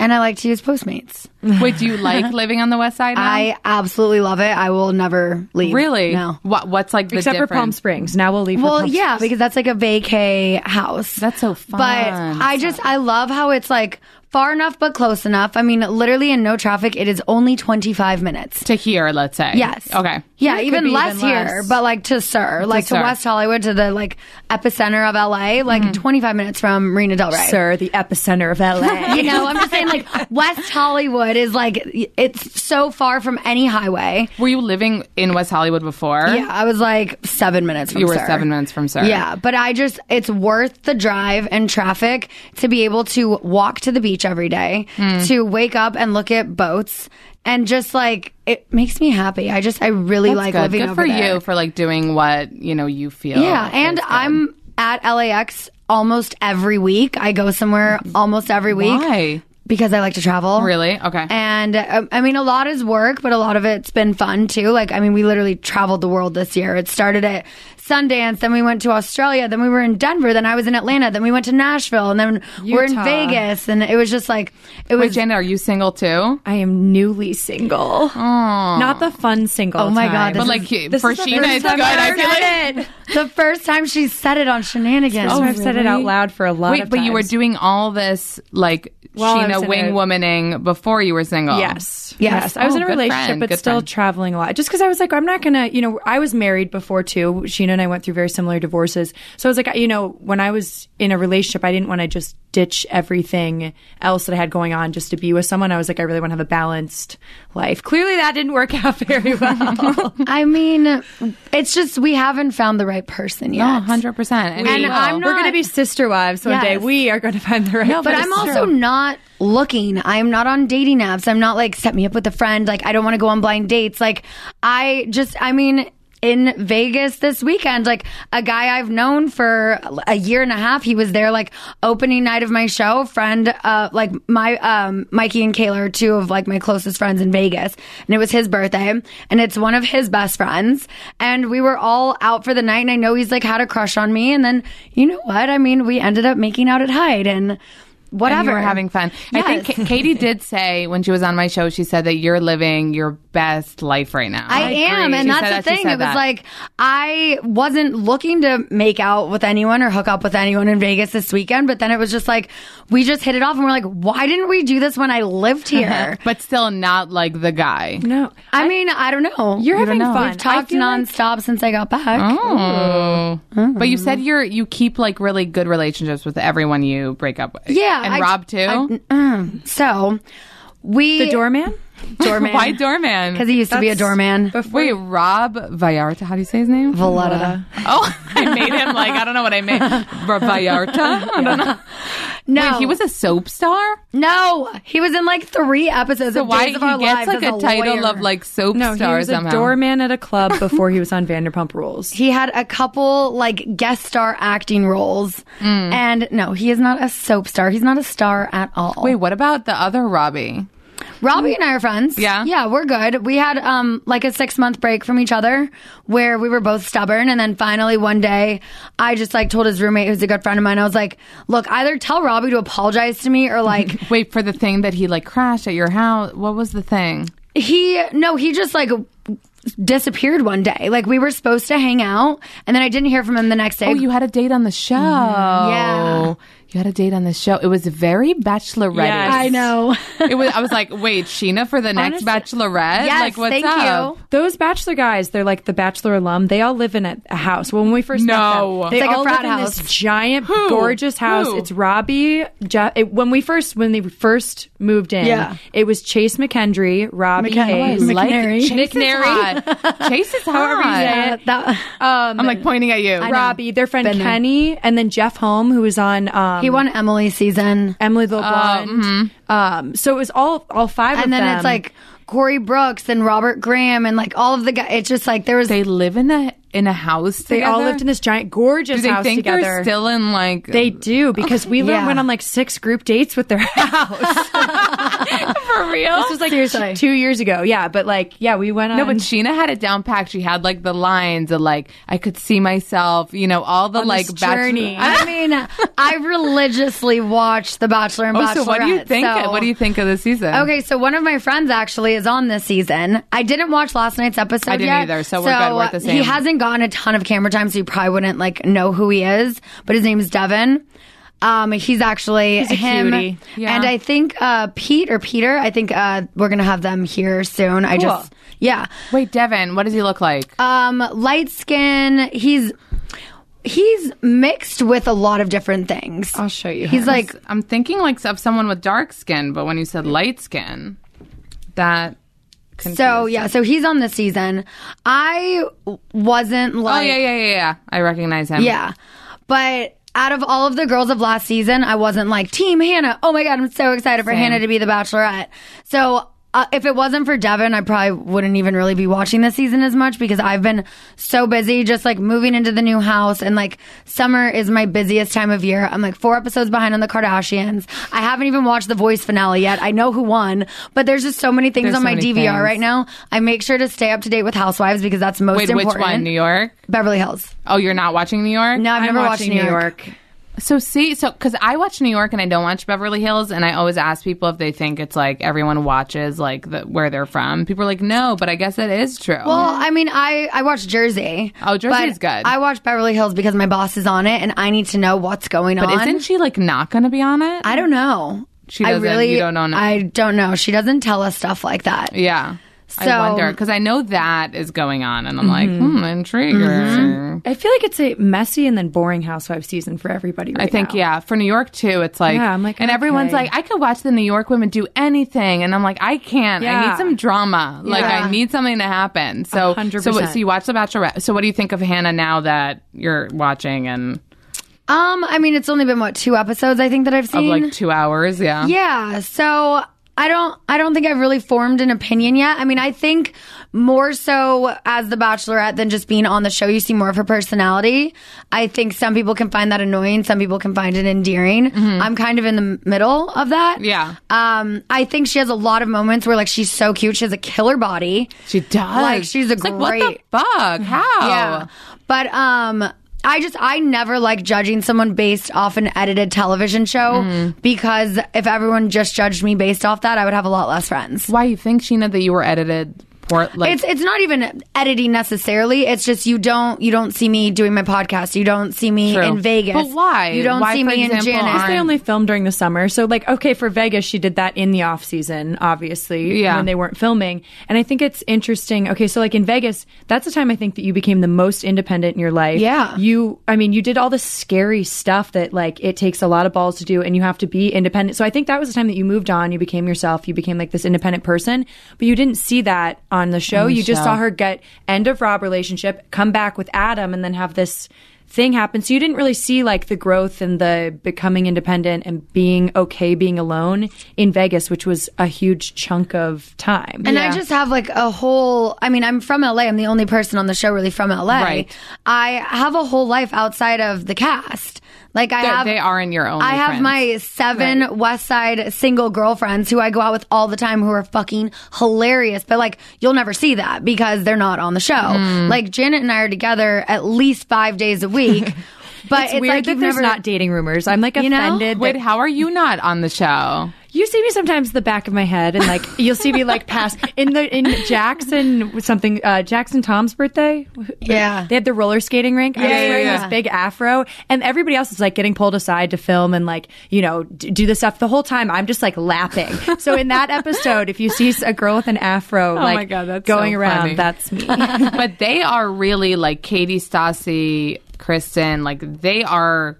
[SPEAKER 4] and I like to use Postmates.
[SPEAKER 3] Would you like living on the West Side? Now?
[SPEAKER 4] I absolutely love it. I will never leave.
[SPEAKER 3] really.
[SPEAKER 4] No.
[SPEAKER 3] What What's like the
[SPEAKER 5] Except for Palm
[SPEAKER 3] difference?
[SPEAKER 5] Springs. Now we'll leave. for
[SPEAKER 4] Well,
[SPEAKER 5] Palm
[SPEAKER 4] yeah,
[SPEAKER 5] Springs.
[SPEAKER 4] because that's like a vacay house.
[SPEAKER 3] That's so fun.
[SPEAKER 4] But I just I love how it's like Far enough, but close enough. I mean, literally in no traffic, it is only 25 minutes.
[SPEAKER 3] to here, let's say.
[SPEAKER 4] Yes.
[SPEAKER 3] Okay.
[SPEAKER 4] Yeah,
[SPEAKER 5] Yeah, it could
[SPEAKER 4] even
[SPEAKER 5] be
[SPEAKER 4] less
[SPEAKER 5] even
[SPEAKER 4] here,
[SPEAKER 5] less.
[SPEAKER 4] but like to Sir, like to
[SPEAKER 3] Sur.
[SPEAKER 4] West Hollywood, to the like epicenter of LA, like
[SPEAKER 3] Mm-hmm.
[SPEAKER 4] 25 minutes from Marina Del Rey.
[SPEAKER 5] Sir, the epicenter of LA.
[SPEAKER 4] You know, I'm just saying, like West Hollywood is like it's so far from any highway.
[SPEAKER 3] Were you living in West Hollywood before?
[SPEAKER 4] Yeah, I was like seven minutes. from
[SPEAKER 3] You were
[SPEAKER 4] Sur.
[SPEAKER 3] seven minutes from Sur.
[SPEAKER 4] Yeah, but I just it's worth the drive and traffic to be able to walk to the beach every day,
[SPEAKER 3] Mm.
[SPEAKER 4] to wake up and look at boats, and just like it makes me happy. I just I really
[SPEAKER 3] That's
[SPEAKER 4] like
[SPEAKER 3] good.
[SPEAKER 4] living
[SPEAKER 3] good
[SPEAKER 4] over
[SPEAKER 3] for
[SPEAKER 4] there.
[SPEAKER 3] you for like doing what you know you feel.
[SPEAKER 4] Yeah, and I'm at LAX almost every week. I go somewhere almost every week
[SPEAKER 3] why
[SPEAKER 4] because I like to travel.
[SPEAKER 3] really okay.
[SPEAKER 4] And um, I mean, a lot is work, but a lot of it's been fun too. Like, I mean, we literally traveled the world this year. It started at Sundance, then we went to Australia, then we were in Denver, then I was in Atlanta, then we went to Nashville, and then we're in
[SPEAKER 5] Utah.
[SPEAKER 4] Vegas. And it was just like, it was.
[SPEAKER 3] Wait, Janet, are you single too?
[SPEAKER 5] I am newly single. Not the fun single. Oh
[SPEAKER 4] my God, this
[SPEAKER 3] But
[SPEAKER 4] is-
[SPEAKER 3] like for
[SPEAKER 5] is the
[SPEAKER 3] Sheena,
[SPEAKER 5] first
[SPEAKER 3] it's good.
[SPEAKER 5] time I've
[SPEAKER 3] I
[SPEAKER 5] ever
[SPEAKER 3] feel like
[SPEAKER 5] done it. Oh,
[SPEAKER 4] the first time she said it on Shenanigans.
[SPEAKER 3] Oh,
[SPEAKER 5] I've said it out loud for a lot.
[SPEAKER 3] Wait,
[SPEAKER 5] of
[SPEAKER 3] but you were
[SPEAKER 5] times.
[SPEAKER 3] doing all this like
[SPEAKER 5] While I was
[SPEAKER 3] Sheena
[SPEAKER 5] in
[SPEAKER 3] wing
[SPEAKER 5] a-
[SPEAKER 3] womaning before you were single.
[SPEAKER 5] Yes.
[SPEAKER 4] Yes.
[SPEAKER 5] I was
[SPEAKER 3] Oh,
[SPEAKER 5] in a
[SPEAKER 3] good
[SPEAKER 5] relationship,
[SPEAKER 3] friend,
[SPEAKER 5] but
[SPEAKER 3] good
[SPEAKER 5] still
[SPEAKER 3] friend.
[SPEAKER 5] traveling a lot. Just because I was like, I'm not going to, you know, I was married before too. Sheena and I went through very similar divorces. So I was like, you know, when I was in a relationship, I didn't want to just ditch everything else that I had going on just to be with someone. I was like, I really want to have a balanced life. Clearly that didn't work out very well.
[SPEAKER 4] I mean, it's just we haven't found the right person yet.
[SPEAKER 3] Oh, 100%. And,
[SPEAKER 4] And
[SPEAKER 3] you will.
[SPEAKER 4] I'm not-
[SPEAKER 5] We're going to be sister wives one day.
[SPEAKER 4] Yes.
[SPEAKER 5] We are going to find the right
[SPEAKER 4] But I'm also not looking. I'm not on dating apps. I'm not like set me up with a friend. Like I don't want to go on blind dates. Like I just I mean in Vegas this weekend, like a guy I've known for a year and a half, he was there like opening night of my show. Friend, uh, like my um, Mikey and Kayla are two of like my closest friends in Vegas, and it was his birthday, and it's one of his best friends, and we were all out for the night, and I know he's like had a crush on me, and then you know what? I mean, we ended up making out at Hyde, and whatever.
[SPEAKER 3] And you were having fun. I think
[SPEAKER 4] Yes.
[SPEAKER 3] Ka- Katie did say when she was on my show, she said that you're living your best life right now.
[SPEAKER 4] I, am,
[SPEAKER 3] agree.
[SPEAKER 4] and
[SPEAKER 3] She said
[SPEAKER 4] that's the
[SPEAKER 3] that, she
[SPEAKER 4] thing.
[SPEAKER 3] said
[SPEAKER 4] It was
[SPEAKER 3] that.
[SPEAKER 4] like I wasn't looking to make out with anyone or hook up with anyone in Vegas this weekend, but then it was just like we just hit it off, and we're like, why didn't we do this when I lived here?
[SPEAKER 3] but still not like the guy.
[SPEAKER 5] No.
[SPEAKER 4] I mean, I don't know.
[SPEAKER 5] You're having fun.
[SPEAKER 4] We've talked
[SPEAKER 5] I feel like-
[SPEAKER 4] nonstop since I got back.
[SPEAKER 3] Oh. But you
[SPEAKER 4] Mm-hmm.
[SPEAKER 3] said you're you keep like really good relationships with everyone you break up with.
[SPEAKER 4] Yeah,
[SPEAKER 3] And
[SPEAKER 4] I-
[SPEAKER 3] Rob too?
[SPEAKER 4] So we
[SPEAKER 5] The doorman?
[SPEAKER 4] doorman
[SPEAKER 3] Why doorman?
[SPEAKER 4] because he used to be a doorman.
[SPEAKER 3] Wait, Rob Vallarta, how do you say his name?
[SPEAKER 4] Valletta.
[SPEAKER 3] oh, I made him like I don't know what I made. Rob Vallarta? I don't know.
[SPEAKER 4] No,
[SPEAKER 3] Wait, he was a soap star?
[SPEAKER 4] no, he was in like three episodes.
[SPEAKER 3] So
[SPEAKER 4] of
[SPEAKER 3] why he
[SPEAKER 4] Days of Our
[SPEAKER 3] gets
[SPEAKER 4] Lives
[SPEAKER 3] like
[SPEAKER 4] as
[SPEAKER 3] a title
[SPEAKER 4] lawyer.
[SPEAKER 3] of like soap
[SPEAKER 5] No, he
[SPEAKER 3] star
[SPEAKER 5] was a
[SPEAKER 3] somehow.
[SPEAKER 5] doorman at a club before he was on Vanderpump Rules.
[SPEAKER 4] He had a couple like guest star acting roles.
[SPEAKER 3] Mm.
[SPEAKER 4] And no, he is not a soap star. He's not a star at all.
[SPEAKER 3] Wait, what about the other Robbie?
[SPEAKER 4] Robbie and I are friends.
[SPEAKER 3] Yeah?
[SPEAKER 4] Yeah, we're good. We had um like a 6 month break from each other where we were both stubborn and then finally one day I just like told his roommate who's a good friend of mine. I was like, "Look, either tell Robbie to apologize to me or like
[SPEAKER 3] Wait for the thing that he like crashed at your house. What was the thing?
[SPEAKER 4] he no, he just like disappeared one day. Like we were supposed to hang out and then I didn't hear from him the next day.
[SPEAKER 3] Oh, you had a date on the show.
[SPEAKER 4] Yeah.
[SPEAKER 3] You had a date on the show. It was very bachelorette.
[SPEAKER 5] Yes.
[SPEAKER 4] I know.
[SPEAKER 3] It was. I was like, wait, Sheena for the next bachelorette.
[SPEAKER 4] yes,
[SPEAKER 3] like, what's
[SPEAKER 4] thank
[SPEAKER 3] up?
[SPEAKER 4] you.
[SPEAKER 5] Those bachelor guys, they're like the bachelor alum. They all live in a, a house. Well, when we first
[SPEAKER 3] No.
[SPEAKER 5] met them, they
[SPEAKER 4] It's like a
[SPEAKER 5] all
[SPEAKER 4] frat
[SPEAKER 5] live in
[SPEAKER 4] house.
[SPEAKER 5] this giant, gorgeous house.
[SPEAKER 3] Who?
[SPEAKER 5] It's Robbie. Je- it- when we first when they first moved in,
[SPEAKER 4] Yeah. Oh,
[SPEAKER 5] it was Chase McKendry, Robbie Hayes,
[SPEAKER 4] I like McNary. Chase
[SPEAKER 5] Nick
[SPEAKER 3] Chase is hot. Chase is hot.
[SPEAKER 5] However you say it.
[SPEAKER 4] That-
[SPEAKER 5] Um,
[SPEAKER 3] I'm like pointing at you.
[SPEAKER 5] Robbie, their friend
[SPEAKER 4] Been there.
[SPEAKER 5] Kenny, and then Jeff Home, who was on um,
[SPEAKER 4] he won Emily's season.
[SPEAKER 5] Emily the Blonde. um, so it was all all five of
[SPEAKER 4] and then
[SPEAKER 5] them.
[SPEAKER 4] it's like Corey Brooks and Robert Graham and like all of the guys. It's just like there was
[SPEAKER 3] They live in a in a house.
[SPEAKER 5] they all lived in this giant, gorgeous
[SPEAKER 3] Do they
[SPEAKER 5] house
[SPEAKER 3] think
[SPEAKER 5] together.
[SPEAKER 3] they're still in like?
[SPEAKER 5] They do because we
[SPEAKER 4] Yeah.
[SPEAKER 5] went on like six group dates with their house.
[SPEAKER 3] for real.
[SPEAKER 5] this was like
[SPEAKER 4] Seriously.
[SPEAKER 5] two years ago. Yeah, but like yeah, we went on.
[SPEAKER 3] No,
[SPEAKER 4] Um,
[SPEAKER 3] but Sheena had it down packed. She had like the lines of like I could see myself, you know, all the like
[SPEAKER 5] this
[SPEAKER 3] bachelor-
[SPEAKER 5] journey.
[SPEAKER 3] I
[SPEAKER 4] I mean, I religiously watch The Bachelor and
[SPEAKER 3] don't
[SPEAKER 4] Bachelorette.
[SPEAKER 3] know. Oh, So what do you think?
[SPEAKER 4] so-
[SPEAKER 3] what do you think of the season?
[SPEAKER 4] Okay, so one of my friends actually is on this season. I didn't watch last night's episode.
[SPEAKER 3] I didn't
[SPEAKER 4] yet,
[SPEAKER 3] either, so we're good. We're at the
[SPEAKER 4] He
[SPEAKER 3] same.
[SPEAKER 4] hasn't gotten a ton of camera time, so you probably wouldn't like know who he is. But his name is Devin. Um, he's actually
[SPEAKER 5] a
[SPEAKER 4] him,
[SPEAKER 5] cutie. Yeah.
[SPEAKER 4] and I think uh, Pete or Peter. I think uh, we're gonna have them here soon. I just yeah,
[SPEAKER 3] Wait, Devin, what does he look like?
[SPEAKER 4] um, light skin. He's he's mixed with a lot of different things.
[SPEAKER 3] I'll show you.
[SPEAKER 4] He's
[SPEAKER 3] him.
[SPEAKER 4] like
[SPEAKER 3] I'm thinking like of someone with dark skin, but when you said light skin, that.
[SPEAKER 4] so yeah. So he's on this season. I wasn't
[SPEAKER 3] Oh
[SPEAKER 4] like
[SPEAKER 3] yeah, yeah, yeah, yeah. I recognize him.
[SPEAKER 4] Yeah. But out of all of the girls of last season, I wasn't like, Team Hannah. Oh my God, I'm so excited for Hannah to be the bachelorette. So uh, if it wasn't for Devin, I probably wouldn't even really be watching this season as much because I've been so busy just like moving into the new house. And like summer is my busiest time of year. I'm like four episodes behind on the Kardashians. I haven't even watched the voice finale yet. I know who won, but there's just so many things
[SPEAKER 3] There's
[SPEAKER 4] on
[SPEAKER 3] so
[SPEAKER 4] my
[SPEAKER 3] many
[SPEAKER 4] DVR
[SPEAKER 3] things.
[SPEAKER 4] right now. I make sure to stay up to date with Housewives because that's most
[SPEAKER 3] Wait,
[SPEAKER 4] important.
[SPEAKER 3] which one? New York?
[SPEAKER 4] Beverly Hills.
[SPEAKER 3] Oh, you're not watching New York?
[SPEAKER 4] No, I've
[SPEAKER 5] I'm
[SPEAKER 4] never
[SPEAKER 5] watching
[SPEAKER 4] watched New York.
[SPEAKER 3] So see, so because I watch New York and I don't watch Beverly Hills, and I always ask people if they think it's like everyone watches like the, where they're from. People are like, no, but I guess that is true.
[SPEAKER 4] Well, I mean, I I watch Jersey.
[SPEAKER 3] Oh, Jersey's
[SPEAKER 4] but
[SPEAKER 3] good.
[SPEAKER 4] I watch Beverly Hills because my boss is on it, and I need to know what's going
[SPEAKER 3] but
[SPEAKER 4] on.
[SPEAKER 3] isn't she like not going to be on it?
[SPEAKER 4] I don't know.
[SPEAKER 3] She
[SPEAKER 4] I
[SPEAKER 3] doesn't- you
[SPEAKER 4] really
[SPEAKER 3] don't know.
[SPEAKER 4] I don't know. She doesn't tell us stuff like that.
[SPEAKER 3] yeah.
[SPEAKER 4] So- Mm-hmm.
[SPEAKER 3] I wonder because I know that is going on, and I'm like, hmm, intriguing.
[SPEAKER 5] I feel like it's a messy and then boring housewife season for everybody. Right
[SPEAKER 3] I think
[SPEAKER 5] now.
[SPEAKER 3] yeah, for New York too, it's like,
[SPEAKER 5] Yeah, I'm like,
[SPEAKER 3] and everyone's
[SPEAKER 5] okay.
[SPEAKER 3] like, I could watch the New York women do anything, and I'm like, I can't. I
[SPEAKER 5] Yeah.
[SPEAKER 3] need some drama. Like
[SPEAKER 5] Yeah.
[SPEAKER 3] I need something to happen. So,
[SPEAKER 5] hundred
[SPEAKER 3] so what-
[SPEAKER 5] percent.
[SPEAKER 3] so you watch The Bachelorette. So what do you think of Hannah now that you're watching and
[SPEAKER 4] Um, I mean, it's only been what two episodes I think that I've
[SPEAKER 3] of
[SPEAKER 4] seen.
[SPEAKER 3] like two hours? Yeah,
[SPEAKER 4] yeah. So I don't. I don't think I've really formed an opinion yet. I mean, I think more so as the Bachelorette than just being on the show, you see more of her personality. I think some people can find that annoying. Some people can find it endearing. I'm kind of in the middle of that.
[SPEAKER 3] Mm-hmm. yeah.
[SPEAKER 4] Um, I think she has a lot of moments where like she's so cute. She has a killer body.
[SPEAKER 3] She does.
[SPEAKER 4] Like, she's a
[SPEAKER 3] It's Like, what the
[SPEAKER 4] great-
[SPEAKER 5] Mm-hmm.
[SPEAKER 3] fuck? How?
[SPEAKER 4] Yeah. But um I just I never like judging someone based off an edited television show
[SPEAKER 3] Mm-hmm.
[SPEAKER 4] because if everyone just judged me based off that, I would have a lot less friends.
[SPEAKER 3] Why you think Sheena that you were edited? Poor, like,
[SPEAKER 4] It's it's not even editing necessarily. It's just you don't you don't see me doing my podcast. You don't see me
[SPEAKER 3] True.
[SPEAKER 4] in Vegas.
[SPEAKER 3] But why?
[SPEAKER 4] You don't
[SPEAKER 3] Why,
[SPEAKER 4] see
[SPEAKER 3] for
[SPEAKER 4] me
[SPEAKER 3] example,
[SPEAKER 4] in Janice.
[SPEAKER 3] aren't-
[SPEAKER 5] They only film during the summer, so like okay, for Vegas, she did that in the off season, obviously,
[SPEAKER 3] Yeah.
[SPEAKER 5] when they weren't filming. And I think it's interesting. Okay, so like in Vegas, that's the time I think that you became the most independent in your life.
[SPEAKER 4] Yeah.
[SPEAKER 5] you. I mean, you did all this scary stuff that like it takes a lot of balls to do, and you have to be independent. So I think that was the time that you moved on. You became yourself. You became like this independent person, but you didn't see that on the show. you just saw her get end of Rob relationship, come back with Adam, and then have this thing happened. So you didn't really see like the growth and the becoming independent and being okay being alone in Vegas, which was a huge chunk of time.
[SPEAKER 4] And I just have like a whole I mean, I'm from LA. I'm the only person on the show really from LA.
[SPEAKER 3] Right.
[SPEAKER 4] I have a whole life outside of the cast. Like I
[SPEAKER 3] They-
[SPEAKER 4] have
[SPEAKER 3] they are in your own.
[SPEAKER 4] I have my seven West Side single girlfriends who I go out with all the time who are fucking hilarious. But like, you'll never see that because they're not on the show.
[SPEAKER 3] Mm.
[SPEAKER 4] Like, Janet and I are together at least five days a week. But it's,
[SPEAKER 5] it's, weird
[SPEAKER 4] like
[SPEAKER 5] that
[SPEAKER 4] you've
[SPEAKER 5] there's
[SPEAKER 4] never,
[SPEAKER 5] not dating rumors. I'm like
[SPEAKER 4] You know?
[SPEAKER 5] offended.
[SPEAKER 3] Wait,
[SPEAKER 5] that-
[SPEAKER 3] how are you not on the show?
[SPEAKER 5] you see me sometimes the back of my head, and like you'll see me like pass in the in Jackson something uh, Jackson Tom's birthday.
[SPEAKER 4] Yeah.
[SPEAKER 5] They had the roller skating rink. I was
[SPEAKER 4] yeah,
[SPEAKER 5] wearing
[SPEAKER 4] yeah.
[SPEAKER 5] this big afro, and everybody else is like getting pulled aside to film and like you know d- do this stuff the whole time. I'm just like laughing. so in that episode, if you see a girl with an afro like
[SPEAKER 3] Oh my God, that's
[SPEAKER 5] going
[SPEAKER 3] so
[SPEAKER 5] around,
[SPEAKER 3] funny.
[SPEAKER 5] that's me.
[SPEAKER 3] but they are really like Katie Stassi, Kristen, like they are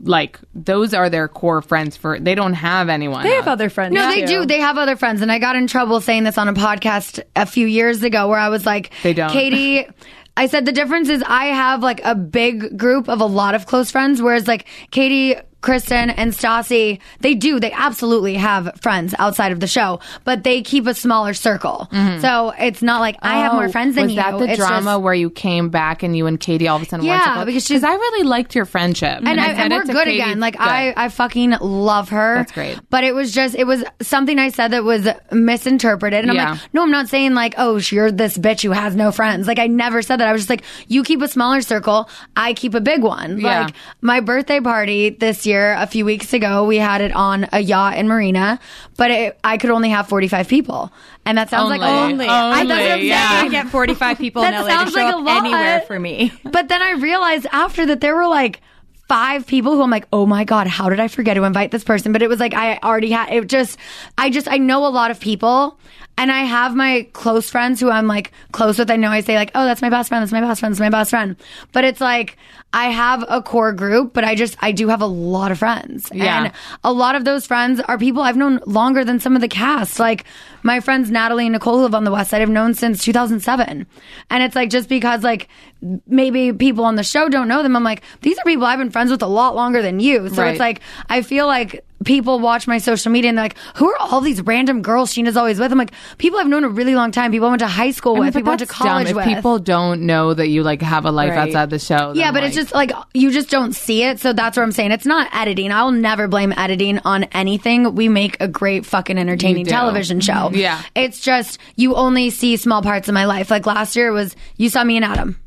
[SPEAKER 3] like those are their core friends for they don't have anyone.
[SPEAKER 5] they have other friends.
[SPEAKER 4] No,
[SPEAKER 5] too.
[SPEAKER 4] they do. They have other friends, and I got in trouble saying this on a podcast a few years ago, where I was like,
[SPEAKER 3] They don't.
[SPEAKER 4] Katie." I said the difference is I have like a big group of a lot of close friends, whereas like Katie, Kristen, and Stassi, they do. They absolutely have friends outside of the show, but they keep a smaller circle. So it's not like I have more
[SPEAKER 3] Mm-hmm. Oh,
[SPEAKER 4] friends than
[SPEAKER 3] was
[SPEAKER 4] you.
[SPEAKER 3] that the
[SPEAKER 4] It's
[SPEAKER 3] drama
[SPEAKER 4] just-
[SPEAKER 3] where you came back and you and Katie all of a sudden?
[SPEAKER 4] Yeah,
[SPEAKER 3] were
[SPEAKER 4] because she's-
[SPEAKER 3] I really liked your friendship,
[SPEAKER 4] and, I,
[SPEAKER 3] said
[SPEAKER 4] and
[SPEAKER 3] it
[SPEAKER 4] we're
[SPEAKER 3] to
[SPEAKER 4] good
[SPEAKER 3] Katie-
[SPEAKER 4] again. Like
[SPEAKER 3] Good.
[SPEAKER 4] I, I fucking love her.
[SPEAKER 3] That's great.
[SPEAKER 4] But it was just, it was something I said that was misinterpreted, and
[SPEAKER 3] Yeah.
[SPEAKER 4] I'm like, no, I'm not saying like, oh, sh- you're this bitch who has no friends. Like I never said that. I was just like, you keep a smaller circle, I keep a big one.
[SPEAKER 3] Yeah.
[SPEAKER 4] Like my birthday party this year, a few weeks ago, we had it on a yacht in Marina, but it, I could only have 45 people, and that sounds like a lot.
[SPEAKER 3] Only.
[SPEAKER 4] I- that's what I'm
[SPEAKER 3] Only,
[SPEAKER 4] saying.
[SPEAKER 3] yeah.
[SPEAKER 5] I get 45 people in
[SPEAKER 4] That
[SPEAKER 5] LA to
[SPEAKER 4] sounds
[SPEAKER 5] show
[SPEAKER 4] like a
[SPEAKER 5] up
[SPEAKER 4] lot.
[SPEAKER 5] anywhere for me.
[SPEAKER 4] But then I realized after that there were like five people who I'm like, oh my God, how did I forget to invite this person? But it was like, I already had, it just, I just, I know a lot of people and I have my close friends who I'm like close with. I know I say like, oh, that's my best friend. That's my best friend. That's my best friend. But it's like, I have a core group, but I just, I do have a lot of friends.
[SPEAKER 3] Yeah.
[SPEAKER 4] And a lot of those friends are people I've known longer than some of the cast. Like my friends Natalie and Nicole who live on the West Side, I've known since 2007. And it's like just because like maybe people on the show don't know them, I'm like these are people I've been friends with a lot longer than you. So
[SPEAKER 3] Right.
[SPEAKER 4] it's like I feel like people watch my social media and they're like, who are all these random girls Sheena's always with? I'm like people I've known a really long time, people I went to high school
[SPEAKER 3] I mean,
[SPEAKER 4] with,
[SPEAKER 3] but
[SPEAKER 4] people I went to
[SPEAKER 3] that's dumb.
[SPEAKER 4] college
[SPEAKER 3] If
[SPEAKER 4] with.
[SPEAKER 3] people don't know that you like have a life
[SPEAKER 5] Right.
[SPEAKER 3] outside the show,
[SPEAKER 4] Yeah,
[SPEAKER 3] then,
[SPEAKER 4] but it's
[SPEAKER 3] like-
[SPEAKER 4] just like you just don't see it. So that's what I'm saying. It's not editing. I'll never blame editing on anything. We make a great fucking entertaining
[SPEAKER 3] do. Mm-hmm.
[SPEAKER 4] television show.
[SPEAKER 3] Yeah.
[SPEAKER 4] It's just you only see small parts of my life. Like last year was you saw me and Adam.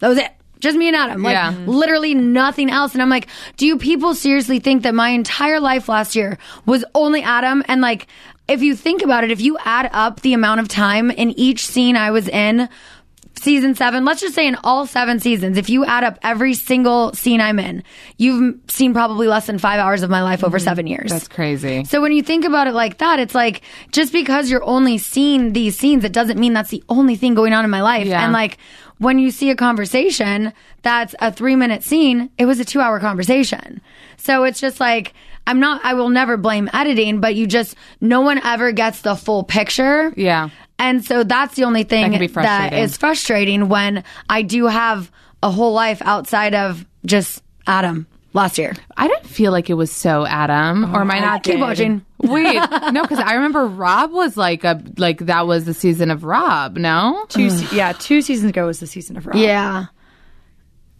[SPEAKER 4] That was it. Just me and Adam. Like
[SPEAKER 3] Yeah.
[SPEAKER 4] literally nothing else. And I'm like, do you people seriously think that my entire life last year was only Adam? And like, if you think about it, if you add up the amount of time in each scene I was in, season seven, let's just say in all seven seasons, if you add up every single scene I'm in, you've seen probably less than five hours of my life over seven years.
[SPEAKER 3] that's crazy.
[SPEAKER 4] So when you think about it like that, it's like just because you're only seeing these scenes, it doesn't mean that's the only thing going on in my life.
[SPEAKER 3] Yeah.
[SPEAKER 4] And like when you see a conversation that's a three minute scene, it was a two hour conversation. So it's just like, I'm not, I will never blame editing, but you just, no one ever gets the full picture.
[SPEAKER 3] yeah,
[SPEAKER 4] And so that's the only thing
[SPEAKER 3] can be
[SPEAKER 4] that
[SPEAKER 3] frustrating.
[SPEAKER 4] is frustrating when I do have a whole life outside of just Adam last year.
[SPEAKER 3] I didn't feel like it was so Adam or my not.
[SPEAKER 4] Oh, Keep watching.
[SPEAKER 3] Wait, no, because I remember Rob was like a like that was the season of Rob. No,
[SPEAKER 5] Two, se- yeah, two seasons ago was the season of Rock.
[SPEAKER 4] Yeah.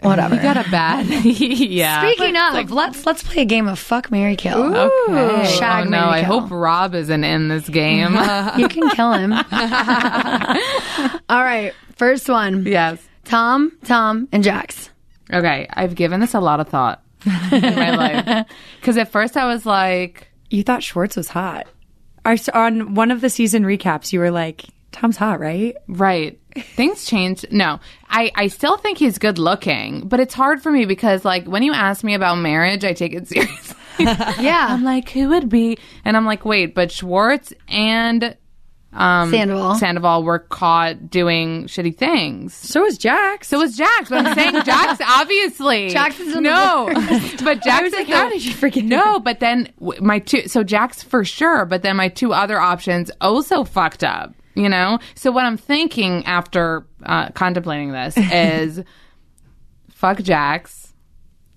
[SPEAKER 3] whatever. You got a bad. yeah.
[SPEAKER 4] Speaking of, let's let's play a game of fuck Mary Kill.
[SPEAKER 3] Okay.
[SPEAKER 4] Shag
[SPEAKER 3] oh no!
[SPEAKER 4] Mary
[SPEAKER 3] I
[SPEAKER 4] Kill.
[SPEAKER 3] hope Rob isn't in this game.
[SPEAKER 4] You can kill him. All right. First one.
[SPEAKER 3] yes.
[SPEAKER 4] Tom, Tom, and Jax.
[SPEAKER 3] Okay, I've given this a lot of thought in my life because at first I was like,
[SPEAKER 5] You thought Schwartz was hot. Our, on one of the season recaps, you were like, Tom's hot, right?
[SPEAKER 3] right, things changed. No, I I still think he's good looking, but it's hard for me because like when you ask me about marriage, I take it seriously.
[SPEAKER 4] Yeah.
[SPEAKER 3] I'm like, who would be? And I'm like, wait, but Schwartz and um,
[SPEAKER 4] Sandoval.
[SPEAKER 3] Sandoval were caught doing shitty things.
[SPEAKER 5] So was Jax.
[SPEAKER 3] So was Jax, but I'm saying Jax, obviously.
[SPEAKER 4] Jax is in the
[SPEAKER 3] no, but Jax
[SPEAKER 5] I was
[SPEAKER 3] is
[SPEAKER 5] like,
[SPEAKER 3] the-
[SPEAKER 5] how did you forget?
[SPEAKER 3] No, but then w- my two, so Jax for sure, but then my two other options also fucked up. You know, so what I'm thinking after uh, contemplating this is, fuck Jax.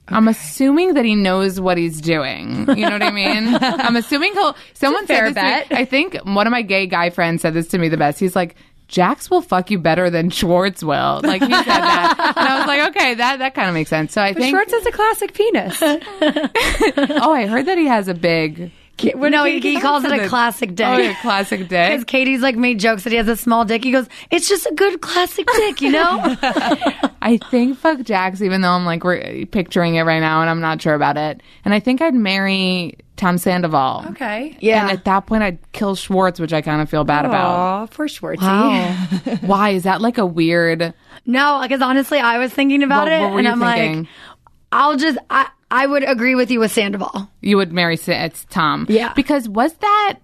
[SPEAKER 3] I'm assuming that he knows what he's doing. You know what I mean? I'm assuming he'll. Someone said
[SPEAKER 5] fair
[SPEAKER 3] this to me-
[SPEAKER 5] bet.
[SPEAKER 3] I think one of my gay guy friends said this to me the best. He's like, Jax will fuck you better than Schwartz will. Like he said that, and I was like, okay, that that kind of makes sense. So I think.
[SPEAKER 5] Schwartz has a classic penis.
[SPEAKER 3] oh, I heard that he has a big,
[SPEAKER 4] no, he, he calls it a classic dick.
[SPEAKER 3] oh, a classic
[SPEAKER 4] Because
[SPEAKER 3] dick.
[SPEAKER 4] Katie's like made jokes that he has a small dick. He goes, "It's just a good classic dick, you know."
[SPEAKER 3] I think fuck Jax, even though I'm like re- picturing it right now, and I'm not sure about it. And I think I'd marry Tom Sandoval.
[SPEAKER 5] Okay.
[SPEAKER 3] And
[SPEAKER 4] yeah.
[SPEAKER 3] at that point, I'd kill Schwartz, which I kind of feel bad about.
[SPEAKER 5] Aw, poor Schwartzy.
[SPEAKER 3] Why is that like a weird?
[SPEAKER 4] No, because honestly, I was thinking about
[SPEAKER 3] What-
[SPEAKER 4] it,
[SPEAKER 3] what were
[SPEAKER 4] and
[SPEAKER 3] you
[SPEAKER 4] I'm
[SPEAKER 3] thinking?
[SPEAKER 4] like, I'll just I I would agree with you with Sandoval.
[SPEAKER 3] You would marry Sa- it's Tom.
[SPEAKER 4] Yeah.
[SPEAKER 3] Because was that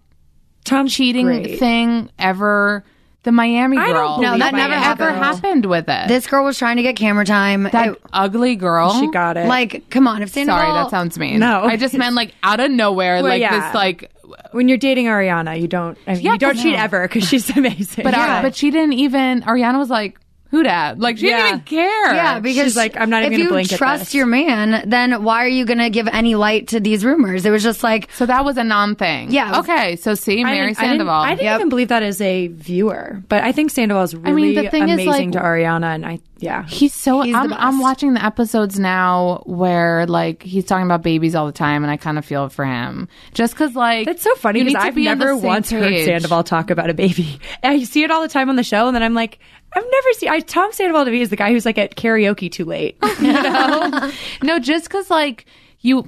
[SPEAKER 5] Tom's
[SPEAKER 3] cheating
[SPEAKER 5] great.
[SPEAKER 3] thing ever? The Miami
[SPEAKER 5] I don't
[SPEAKER 3] girl.
[SPEAKER 5] believe
[SPEAKER 4] No, that never
[SPEAKER 3] ever
[SPEAKER 4] happened.
[SPEAKER 3] happened with it.
[SPEAKER 4] This girl was trying to get camera time.
[SPEAKER 3] that
[SPEAKER 4] It-
[SPEAKER 3] ugly girl.
[SPEAKER 5] She got it.
[SPEAKER 4] like, come on, if Sandoval.
[SPEAKER 3] Sorry, that sounds mean.
[SPEAKER 5] No.
[SPEAKER 3] I just meant like out of nowhere,
[SPEAKER 5] Well,
[SPEAKER 3] like
[SPEAKER 5] yeah.
[SPEAKER 3] this, like.
[SPEAKER 5] when you're dating Ariana, you don't. I mean,
[SPEAKER 3] Yeah,
[SPEAKER 5] you don't
[SPEAKER 3] but
[SPEAKER 5] cheat
[SPEAKER 3] no.
[SPEAKER 5] ever because she's amazing.
[SPEAKER 3] But uh, but she didn't even. Ariana was like, "Who dat?" Like she
[SPEAKER 5] Yeah.
[SPEAKER 3] didn't even care.
[SPEAKER 4] Yeah, because
[SPEAKER 5] She's like, I'm not even
[SPEAKER 4] If
[SPEAKER 5] gonna
[SPEAKER 4] you
[SPEAKER 5] blink at
[SPEAKER 4] trust
[SPEAKER 5] this.
[SPEAKER 4] your man, then why are you going to give any light to these rumors? It was just like,
[SPEAKER 3] So that was a non thing.
[SPEAKER 4] Yeah, it was-
[SPEAKER 3] Okay. So see,
[SPEAKER 5] I
[SPEAKER 3] Mary
[SPEAKER 5] didn't- I didn't-
[SPEAKER 3] Sandoval.
[SPEAKER 5] I didn't,
[SPEAKER 4] Yep.
[SPEAKER 5] even believe that as a viewer, but I think Sandoval's really
[SPEAKER 3] mean, the thing is, like-
[SPEAKER 5] amazing to Ariana, and I yeah.
[SPEAKER 3] He's so.
[SPEAKER 4] the
[SPEAKER 3] I'm, I'm
[SPEAKER 4] best.
[SPEAKER 3] watching the episodes now where like he's talking about babies all the time, and I kind of feel for him just because like
[SPEAKER 5] That's so funny
[SPEAKER 3] you need
[SPEAKER 5] because
[SPEAKER 3] to
[SPEAKER 5] I've
[SPEAKER 3] be on the
[SPEAKER 5] never
[SPEAKER 3] same
[SPEAKER 5] once heard
[SPEAKER 3] page.
[SPEAKER 5] Sandoval talk about a baby. And I see it all the time on the show, and then I'm like, I've never seen. I, Tom Sandoval to me is the guy who's like at karaoke too late.
[SPEAKER 3] No, just because like you,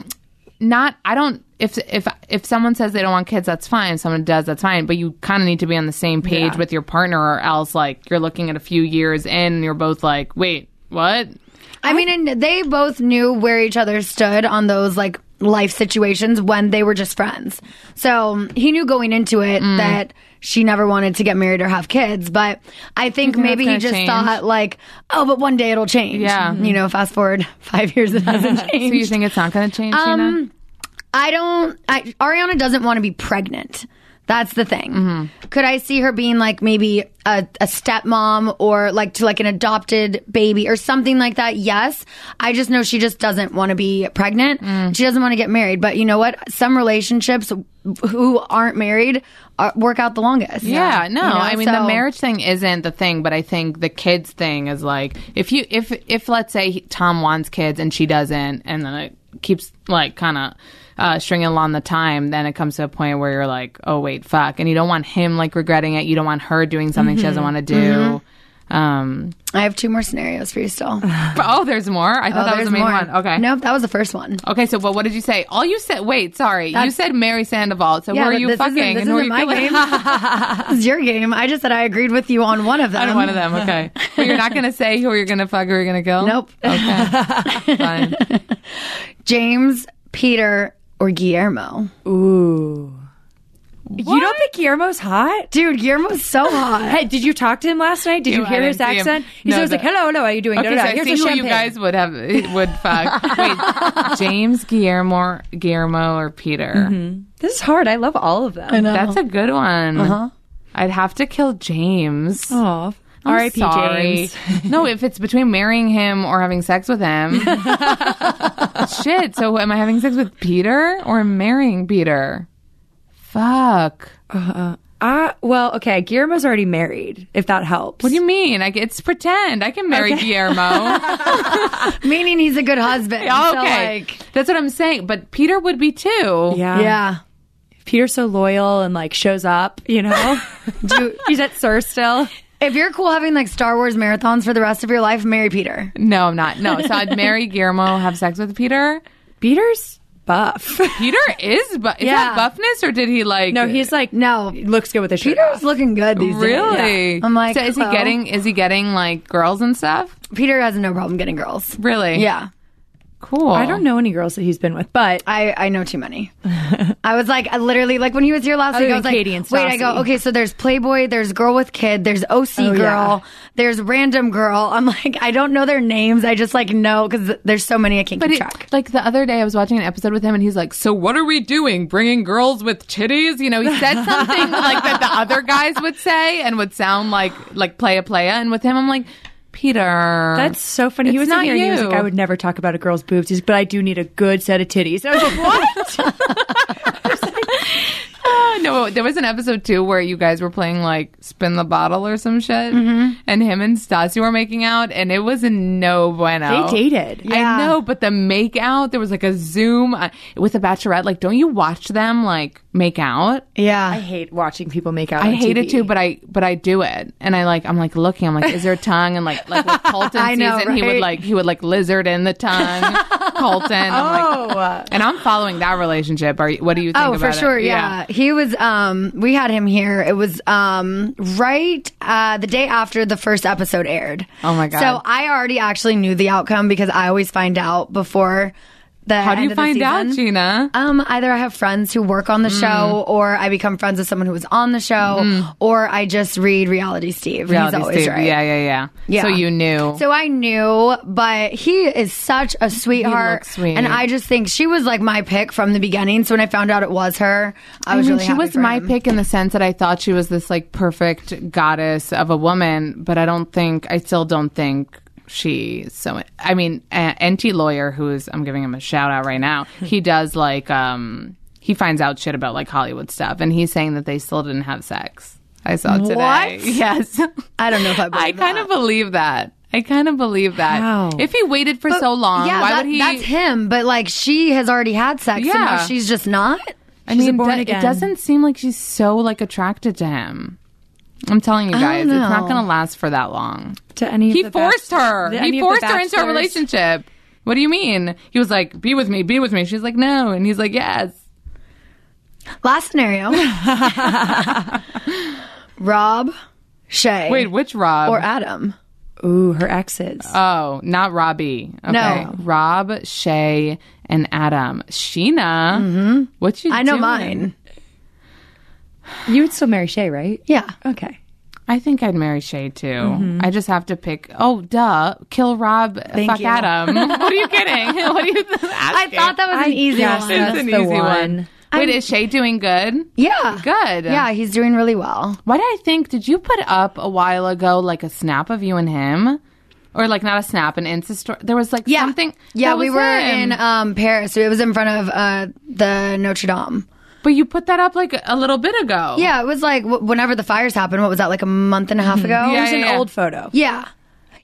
[SPEAKER 3] not I don't. If if if someone says they don't want kids, that's fine. If someone does, that's fine. But you kind of need to be on the same page with your partner, or else like you're looking at a few years in, and you're both like, wait, what?
[SPEAKER 4] I mean, and they both knew where each other stood on those like life situations when they were just friends. So he knew going into it
[SPEAKER 5] Mm.
[SPEAKER 4] that she never wanted to get married or have kids. But I think
[SPEAKER 5] Mm-hmm.
[SPEAKER 4] maybe he
[SPEAKER 3] gonna
[SPEAKER 4] just
[SPEAKER 3] change?
[SPEAKER 4] thought like, oh, but one day it'll change.
[SPEAKER 3] Yeah.
[SPEAKER 4] You know, fast forward five years, it hasn't changed.
[SPEAKER 3] So you think it's not going to change,
[SPEAKER 5] Um,
[SPEAKER 3] Gina?
[SPEAKER 4] I don't. I, Ariana doesn't want to be pregnant. That's the thing.
[SPEAKER 3] Mm-hmm.
[SPEAKER 4] Could I see her being like maybe a, a stepmom or like to like an adopted baby or something like that? Yes. I just know she just doesn't want to be pregnant.
[SPEAKER 3] Mm.
[SPEAKER 4] She doesn't want to get married. But you know what? Some relationships who aren't married are, work out the longest.
[SPEAKER 3] Yeah, no.
[SPEAKER 4] You know,
[SPEAKER 3] I mean,
[SPEAKER 4] so-
[SPEAKER 3] the marriage thing isn't the thing, but I think the kids thing is like if you if if let's say he, Tom wants kids and she doesn't, and then it keeps like kind of uh, stringing along the time, then it comes to a point where you're like, oh wait, fuck, and you don't want him like regretting it. You don't want her doing something she
[SPEAKER 4] Mm-hmm.
[SPEAKER 3] doesn't want to do. Um,
[SPEAKER 4] I have two more scenarios for you still.
[SPEAKER 3] but- oh, there's more. I thought that was the main one. Okay.
[SPEAKER 4] Nope, that was the first one.
[SPEAKER 3] Okay, so but what did you say? All you said. Wait, sorry, you
[SPEAKER 4] That's-
[SPEAKER 3] said Mary Sandoval. So
[SPEAKER 4] Yeah,
[SPEAKER 3] where are
[SPEAKER 4] but
[SPEAKER 3] you
[SPEAKER 4] this isn't-
[SPEAKER 3] fucking?
[SPEAKER 4] this
[SPEAKER 3] and where
[SPEAKER 4] isn't
[SPEAKER 3] are you
[SPEAKER 4] my
[SPEAKER 3] feeling-
[SPEAKER 4] game. This is your game. I just said I agreed with you on one of them.
[SPEAKER 3] on one of them. Okay, but you're not gonna say who you're gonna fuck or you're gonna kill.
[SPEAKER 4] Nope.
[SPEAKER 3] Okay, fine.
[SPEAKER 4] James, Peter, or Guillermo.
[SPEAKER 5] You don't think Guillermo's hot?
[SPEAKER 4] Dude, Guillermo's so hot.
[SPEAKER 5] Hey, did you talk to him last night? Did you
[SPEAKER 3] I
[SPEAKER 5] hear
[SPEAKER 3] didn't
[SPEAKER 5] his
[SPEAKER 3] see him.
[SPEAKER 5] accent? He's
[SPEAKER 3] No,
[SPEAKER 5] always
[SPEAKER 3] the-
[SPEAKER 5] like, "Hello, hello. How are you doing?
[SPEAKER 3] Okay,
[SPEAKER 5] Da, da,
[SPEAKER 3] so
[SPEAKER 5] da.
[SPEAKER 3] I
[SPEAKER 5] Here's
[SPEAKER 3] see
[SPEAKER 5] a
[SPEAKER 3] who you
[SPEAKER 5] champagne."
[SPEAKER 3] guys would have would fuck. Wait, James, Guillermo, Guillermo, or Peter?
[SPEAKER 5] This is hard. I love all of them.
[SPEAKER 3] That's a good one. Uh-huh. I'd have to kill James.
[SPEAKER 5] Aw.
[SPEAKER 3] I'm
[SPEAKER 5] R.I.P.
[SPEAKER 3] sorry.
[SPEAKER 5] James.
[SPEAKER 3] no, if it's between marrying him or having sex with him. Shit. So am I having sex with Peter or marrying Peter? Fuck.
[SPEAKER 5] Uh, well, okay. Guillermo's already married. If that helps.
[SPEAKER 3] What do you mean? Like it's pretend. I can marry Guillermo.
[SPEAKER 4] Meaning he's a good husband.
[SPEAKER 3] okay.
[SPEAKER 4] So like,
[SPEAKER 3] That's what I'm saying. But Peter would be too.
[SPEAKER 5] Yeah.
[SPEAKER 4] yeah.
[SPEAKER 5] Peter's so loyal and like shows up. You know.
[SPEAKER 4] Dude,
[SPEAKER 5] He's at Sir still.
[SPEAKER 4] if you're cool having like Star Wars marathons for the rest of your life, marry Peter.
[SPEAKER 3] No, I'm not. No. So I'd marry Guillermo, have sex with Peter.
[SPEAKER 5] Peter's buff.
[SPEAKER 3] Peter is, but is
[SPEAKER 4] Yeah.
[SPEAKER 3] that buffness or did he like?
[SPEAKER 5] no, he's like
[SPEAKER 4] No.
[SPEAKER 5] Looks good with a shirt.
[SPEAKER 4] Peter's looking good these days.
[SPEAKER 3] really.
[SPEAKER 4] Yeah. I'm like,
[SPEAKER 3] so is
[SPEAKER 4] hello?
[SPEAKER 3] he getting? Is he getting like girls and stuff?
[SPEAKER 4] Peter has no problem getting girls.
[SPEAKER 3] Really?
[SPEAKER 4] Yeah.
[SPEAKER 3] Cool.
[SPEAKER 5] I don't know any girls that he's been with, but
[SPEAKER 4] I, I know too many. I was like, I literally, like when he was here last
[SPEAKER 3] Oh,
[SPEAKER 5] Other
[SPEAKER 4] week, I
[SPEAKER 5] than
[SPEAKER 4] was like,
[SPEAKER 5] Katie and
[SPEAKER 4] wait, I go,
[SPEAKER 5] Stassi.
[SPEAKER 4] okay, so there's Playboy, there's Girl with Kid, there's OC
[SPEAKER 3] Oh,
[SPEAKER 4] Girl,
[SPEAKER 5] yeah.
[SPEAKER 4] there's Random Girl. I'm like, I don't know their names. I just like know because there's so many I can't
[SPEAKER 3] But
[SPEAKER 4] keep
[SPEAKER 3] it,
[SPEAKER 4] track.
[SPEAKER 3] like the other day, I was watching an episode with him, and he's like, "So what are we doing? Bringing girls with titties?" You know, he said something like that the other guys would say and would sound like like playa playa. And with him, I'm like, Peter,
[SPEAKER 5] that's so funny. he
[SPEAKER 3] It's
[SPEAKER 5] was in
[SPEAKER 3] not
[SPEAKER 5] here and he was
[SPEAKER 3] you.
[SPEAKER 5] like, I would never talk about a girl's boobs, He's- but I do need a good set of titties. And I was like, what?
[SPEAKER 3] Ah, no, there was an episode too where you guys were playing like spin the bottle or some shit,
[SPEAKER 4] Mm-hmm.
[SPEAKER 3] and him and Stassi were making out, and it was no bueno.
[SPEAKER 5] They dated.
[SPEAKER 3] I know, but the make out, there was like a Zoom uh, with a bachelorette. Like, don't you watch them like make out?
[SPEAKER 5] I
[SPEAKER 4] Yeah.
[SPEAKER 5] hate watching people make out.
[SPEAKER 3] I
[SPEAKER 5] on
[SPEAKER 3] hate
[SPEAKER 5] TV.
[SPEAKER 3] it too, but I but I do it, and I like I'm like looking. I'm like, is there tongue? And like like with Colton
[SPEAKER 4] I know,
[SPEAKER 3] season, he would
[SPEAKER 4] right?
[SPEAKER 3] like he would like lizard in the tongue, Colton. I'm
[SPEAKER 5] Oh.
[SPEAKER 3] like, and I'm following that relationship. Are you, what do you think?
[SPEAKER 4] Oh, for
[SPEAKER 3] about it?
[SPEAKER 4] sure. Yeah. He was, um, we had him here. It was, um, right, uh, the day after the first episode aired.
[SPEAKER 3] Oh my God.
[SPEAKER 4] So I already actually knew the outcome because I always find out before the
[SPEAKER 3] How do you find out, Gina?
[SPEAKER 4] Um, either I have friends who work on the
[SPEAKER 3] Mm.
[SPEAKER 4] show, or I become friends with someone who was on the show, or I just read Reality Steve.
[SPEAKER 3] Reality
[SPEAKER 4] He's always
[SPEAKER 3] Steve.
[SPEAKER 4] right.
[SPEAKER 3] Yeah, yeah, yeah,
[SPEAKER 4] Yeah.
[SPEAKER 3] So you knew.
[SPEAKER 4] So I knew, but he is such a sweetheart,
[SPEAKER 3] looks sweet.
[SPEAKER 4] and I just think she was like my pick from the beginning. So when I found out it was her, I,
[SPEAKER 3] I
[SPEAKER 4] was
[SPEAKER 3] mean,
[SPEAKER 4] really
[SPEAKER 3] she
[SPEAKER 4] happy
[SPEAKER 3] was
[SPEAKER 4] for
[SPEAKER 3] my
[SPEAKER 4] him.
[SPEAKER 3] pick in the sense that I thought she was this like perfect goddess of a woman, but I don't think I still don't think she's so. I mean, a- NT lawyer, who's I'm giving him a shout out right now. He does like um he finds out shit about like Hollywood stuff, and he's saying that they still didn't have sex. I saw it today.
[SPEAKER 4] What?
[SPEAKER 3] Yes,
[SPEAKER 4] I don't know if I believe
[SPEAKER 3] I kind of believe that. I kind of believe that.
[SPEAKER 5] How?
[SPEAKER 3] If he waited for so long,
[SPEAKER 4] Yeah,
[SPEAKER 3] why
[SPEAKER 4] that-
[SPEAKER 3] would he?
[SPEAKER 4] that's him. But like, she has already had sex. Yeah,
[SPEAKER 3] Yeah.
[SPEAKER 4] she's just not.
[SPEAKER 3] I
[SPEAKER 5] She's a
[SPEAKER 3] mean,
[SPEAKER 5] born
[SPEAKER 3] do-
[SPEAKER 5] again.
[SPEAKER 3] it doesn't seem like she's so like attracted to him. I'm telling you guys, it's
[SPEAKER 4] know.
[SPEAKER 3] not going to last for that long.
[SPEAKER 5] To any of
[SPEAKER 3] He
[SPEAKER 5] the
[SPEAKER 3] forced
[SPEAKER 5] bachelor-
[SPEAKER 3] her.
[SPEAKER 5] the- any
[SPEAKER 3] He
[SPEAKER 5] of the
[SPEAKER 3] forced her into a
[SPEAKER 5] bachelors.
[SPEAKER 3] relationship. What do you mean? He was like, "Be with me, be with me." She's like, "No," and he's like, "Yes."
[SPEAKER 4] Last scenario, Rob, Shay,
[SPEAKER 3] Wait, which Rob?
[SPEAKER 4] or Adam.
[SPEAKER 5] Ooh, her exes.
[SPEAKER 3] Oh, not Robbie. Okay.
[SPEAKER 4] No.
[SPEAKER 3] Rob, Shay, and Adam. Sheena, mm-hmm. what you?
[SPEAKER 4] I know
[SPEAKER 3] doing?
[SPEAKER 4] mine.
[SPEAKER 5] you would still marry Shay, right?
[SPEAKER 4] Yeah.
[SPEAKER 5] Okay.
[SPEAKER 3] I think I'd marry Shay too. I just have to pick. Oh, duh! Kill Rob, fuck
[SPEAKER 5] you.
[SPEAKER 3] Adam. what are you kidding? What are you?
[SPEAKER 4] I thought that was an easy
[SPEAKER 5] guess
[SPEAKER 4] one.
[SPEAKER 5] that's
[SPEAKER 3] That's an
[SPEAKER 5] the
[SPEAKER 3] easy one.
[SPEAKER 5] one.
[SPEAKER 3] Wait, is Shay doing good?
[SPEAKER 4] Yeah.
[SPEAKER 3] Good.
[SPEAKER 4] Yeah, he's doing really well.
[SPEAKER 3] Why did I think? Did you put up a while ago like a snap of you and him, or like not a snap, an Insta story? There was like something.
[SPEAKER 4] Yeah,
[SPEAKER 3] that
[SPEAKER 4] we
[SPEAKER 3] was
[SPEAKER 4] were
[SPEAKER 3] him.
[SPEAKER 4] in um, Paris. So it was in front of uh, the Notre Dame.
[SPEAKER 3] But you put that up like a little bit ago.
[SPEAKER 4] Yeah, it was like w- whenever the fires happened. What was that? Like a month and a half ago.
[SPEAKER 3] Mm-hmm. Yeah,
[SPEAKER 4] It was
[SPEAKER 3] yeah,
[SPEAKER 4] an
[SPEAKER 3] yeah.
[SPEAKER 4] old-
[SPEAKER 5] Old photo.
[SPEAKER 4] yeah.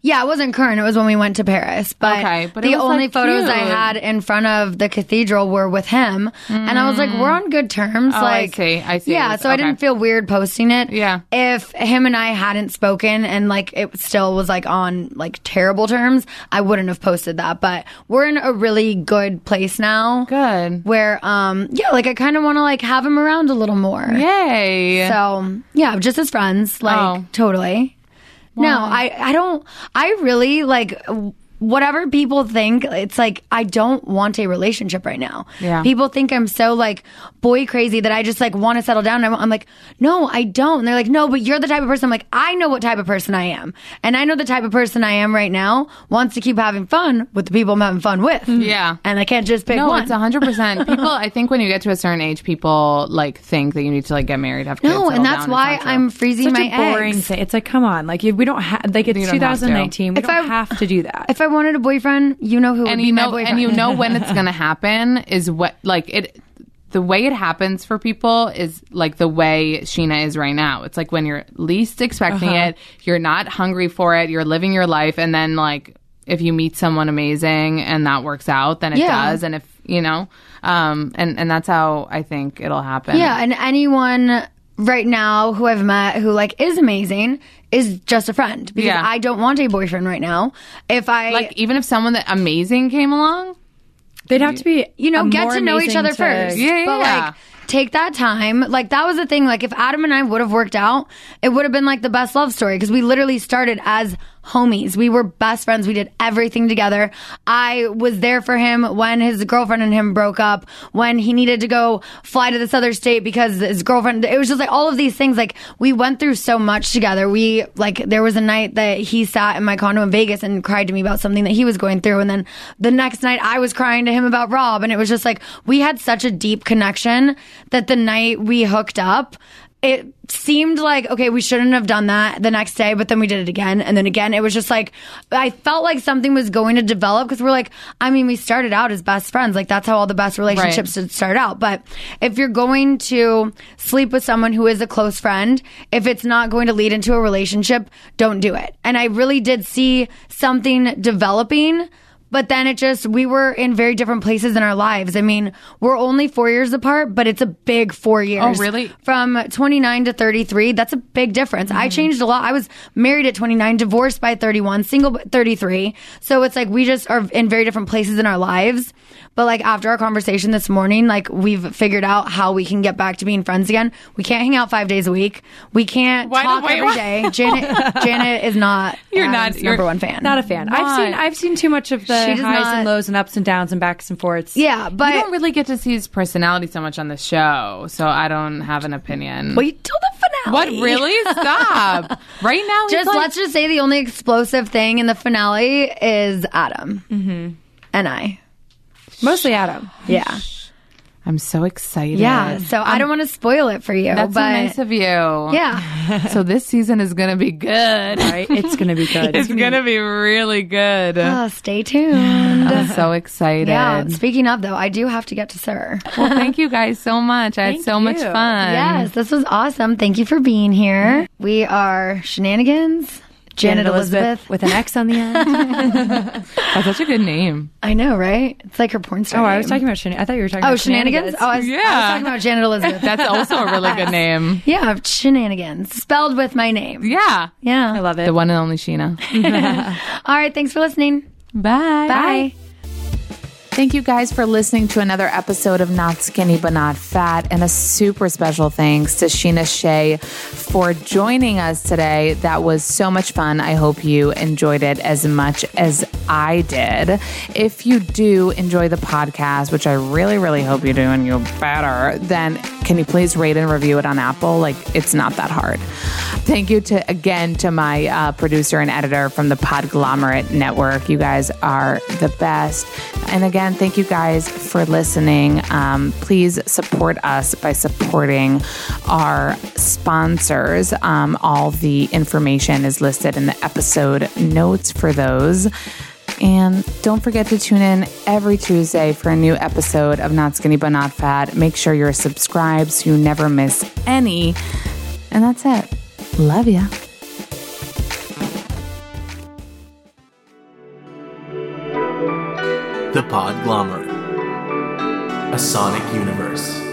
[SPEAKER 4] Yeah, it wasn't current. It was when we went to Paris. But,
[SPEAKER 3] Okay, but it
[SPEAKER 4] the
[SPEAKER 3] was,
[SPEAKER 4] only
[SPEAKER 3] like,
[SPEAKER 4] photos I
[SPEAKER 3] cute.
[SPEAKER 4] had in front of the cathedral were with him, and I was like, "We're on good terms."
[SPEAKER 3] Oh, I
[SPEAKER 4] like,
[SPEAKER 3] see, I see.
[SPEAKER 4] Yeah,
[SPEAKER 3] It was-
[SPEAKER 4] so I
[SPEAKER 3] okay.
[SPEAKER 4] didn't feel weird posting it.
[SPEAKER 3] Yeah.
[SPEAKER 4] If him and I hadn't spoken and like it still was like on like terrible terms, I wouldn't have posted that. But we're in a really good place now.
[SPEAKER 3] Good.
[SPEAKER 4] Where um yeah, like I kind of want to like have him around a little more.
[SPEAKER 3] Yay.
[SPEAKER 4] So yeah, just as friends, like
[SPEAKER 3] Oh.
[SPEAKER 4] totally. No, I I don't. I really like w- whatever people think. It's like I don't want a relationship right now.
[SPEAKER 3] Yeah.
[SPEAKER 4] People think I'm so like boy crazy that I just like want to settle down. And I'm, I'm like, no, I don't. And they're like, no, but you're the type of person. I'm like, I know what type of person I am, and I know the type of person I am right now wants to keep having fun with the people I'm having fun with.
[SPEAKER 3] yeah.
[SPEAKER 4] And I can't just pick
[SPEAKER 3] Mm-hmm. No,
[SPEAKER 4] one.
[SPEAKER 3] it's hundred percent. People, I think when you get to a certain age, people like think that you need to like get married, have kids.
[SPEAKER 4] no,
[SPEAKER 3] settle
[SPEAKER 4] and
[SPEAKER 3] down.
[SPEAKER 4] that's
[SPEAKER 3] It's
[SPEAKER 4] why
[SPEAKER 3] not true.
[SPEAKER 4] I'm freezing
[SPEAKER 5] Such
[SPEAKER 4] my
[SPEAKER 5] a boring
[SPEAKER 4] eggs.
[SPEAKER 5] thing. It's like, come on, like if we don't have, like it's
[SPEAKER 3] don't have to.
[SPEAKER 5] 2019. We
[SPEAKER 4] If
[SPEAKER 5] don't
[SPEAKER 4] I-
[SPEAKER 5] have to do that.
[SPEAKER 4] If I wanted a boyfriend, you know who would
[SPEAKER 3] And
[SPEAKER 4] be
[SPEAKER 3] you
[SPEAKER 4] my
[SPEAKER 3] know,
[SPEAKER 4] boyfriend.
[SPEAKER 3] and you know when it's gonna happen is what like it. The way it happens for people is like the way Sheena is right now. It's like when you're least expecting it, you're not hungry for it, you're living your life, and then like if you meet someone amazing and that works out, then it
[SPEAKER 4] Yeah.
[SPEAKER 3] does. And if you know, um, and and that's how I think it'll happen.
[SPEAKER 4] Yeah, and anyone right now who I've met who like is amazing is just a friend because
[SPEAKER 3] Yeah.
[SPEAKER 4] I don't want a boyfriend right now. If I
[SPEAKER 3] Like even if someone that amazing came along,
[SPEAKER 5] They'd have to be,
[SPEAKER 4] you know
[SPEAKER 5] a
[SPEAKER 4] get
[SPEAKER 5] more
[SPEAKER 4] to know each
[SPEAKER 5] amazing
[SPEAKER 4] other
[SPEAKER 5] to-
[SPEAKER 4] first,
[SPEAKER 3] Yeah, yeah,
[SPEAKER 4] but
[SPEAKER 3] yeah.
[SPEAKER 4] like take that time. Like that was the thing. Like if Adam and I would have worked out, it would have been like the best love story because we literally started as homies. We were best friends. We did everything together. I was there for him when his girlfriend and him broke up, when he needed to go fly to this other state because his girlfriend it was just like all of these things like we went through so much together. We like there was a night that he sat in my condo in Vegas and cried to me about something that he was going through and then the next night I was crying to him about Rob and it was just like we had such a deep connection that the night we hooked up it seemed like okay we shouldn't have done that the next day but then we did it again and then again it was just like i felt like something was going to develop because we're like i mean we started out as best friends like that's how all the best relationships should start out but if you're going to sleep with someone who is a close friend if it's not going to lead into a relationship don't do it and i really did see something developing but then it just, we were in very different places in our lives. I mean, we're only four years apart, but it's a big four years.
[SPEAKER 3] really?
[SPEAKER 4] From 29 to 33, that's a big difference. I changed a lot. I was married at 29, divorced by 31, single by 33. So it's like we just are in very different places in our lives. But like after our conversation this morning, like we've figured out how we can get back to being friends again. We can't hang out five days a week. We can't
[SPEAKER 3] Why-
[SPEAKER 4] talk
[SPEAKER 3] wait,
[SPEAKER 4] every
[SPEAKER 3] what?
[SPEAKER 4] day. Janet, Janet is not
[SPEAKER 3] You're not-
[SPEAKER 4] Adam's
[SPEAKER 3] you're
[SPEAKER 4] number one fan.
[SPEAKER 5] Not a fan. I've seen I've seen too much of the
[SPEAKER 4] She
[SPEAKER 5] highs
[SPEAKER 4] does not-
[SPEAKER 5] and lows and ups and downs and backs and forths.
[SPEAKER 4] yeah, but
[SPEAKER 3] you don't really get to see his personality so much on the show, so I don't have an opinion.
[SPEAKER 4] wait till the finale.
[SPEAKER 3] what really? Stop! right now, he's
[SPEAKER 4] just
[SPEAKER 3] like-
[SPEAKER 4] let's just say the only explosive thing in the finale is Adam and I.
[SPEAKER 5] Mm-hmm. Mostly Adam.
[SPEAKER 4] Yeah,
[SPEAKER 3] I'm so excited.
[SPEAKER 4] yeah. So I don't want to spoil it for you,
[SPEAKER 3] that's so
[SPEAKER 4] but
[SPEAKER 3] nice of you.
[SPEAKER 4] yeah,
[SPEAKER 3] So this season is gonna be good.
[SPEAKER 5] Right? It's gonna be good.
[SPEAKER 3] It's gonna be really good.
[SPEAKER 4] Oh, stay tuned.
[SPEAKER 3] I'm so excited.
[SPEAKER 4] Yeah. Speaking of though, I do have to get to Sir.
[SPEAKER 3] Well, thank you guys so much. I had
[SPEAKER 5] Thank
[SPEAKER 3] so much
[SPEAKER 5] you.
[SPEAKER 3] fun.
[SPEAKER 4] Yes, this was awesome. Thank you for being here.
[SPEAKER 5] Mm-hmm.
[SPEAKER 4] We are shenanigans. Janet Elizabeth.
[SPEAKER 5] with an X on the end.
[SPEAKER 3] That's such a good name.
[SPEAKER 4] I know, right? It's like her porn star.
[SPEAKER 5] oh, I was
[SPEAKER 4] name.
[SPEAKER 5] talking about shenanigans. I thought you were talking
[SPEAKER 4] Oh,
[SPEAKER 5] about
[SPEAKER 4] shenanigans. Oh, I was, I was
[SPEAKER 3] Yeah.
[SPEAKER 4] talking about Janet Elizabeth.
[SPEAKER 3] That's also a really good name.
[SPEAKER 4] yeah, shenanigans spelled with my name.
[SPEAKER 3] Yeah.
[SPEAKER 4] Yeah.
[SPEAKER 5] I love it.
[SPEAKER 3] The one and only Sheena.
[SPEAKER 4] All right. Thanks for listening.
[SPEAKER 3] Bye.
[SPEAKER 4] Bye.
[SPEAKER 3] Thank you guys for listening to another episode of Not Skinny But Not Fat. And a super special thanks to Sheena Shea for joining us today. That was so much fun. I hope you enjoyed it as much as I did. If you do enjoy the podcast, which I really, really hope you do and you better, then can you please rate and review it on Apple? Like, it's not that hard. Thank you to again to my uh, producer and editor from the Podglomerate Network. You guys are the best. And again, thank you guys for listening. Um, please support us by supporting our sponsors. Um, all the information is listed in the episode notes for those. And don't forget to tune in every Tuesday for a new episode of Not Skinny But Not Fat. Make sure you're subscribed so you never miss any. And that's it. Love ya.
[SPEAKER 7] The Podglomerate. A Sonic Universe.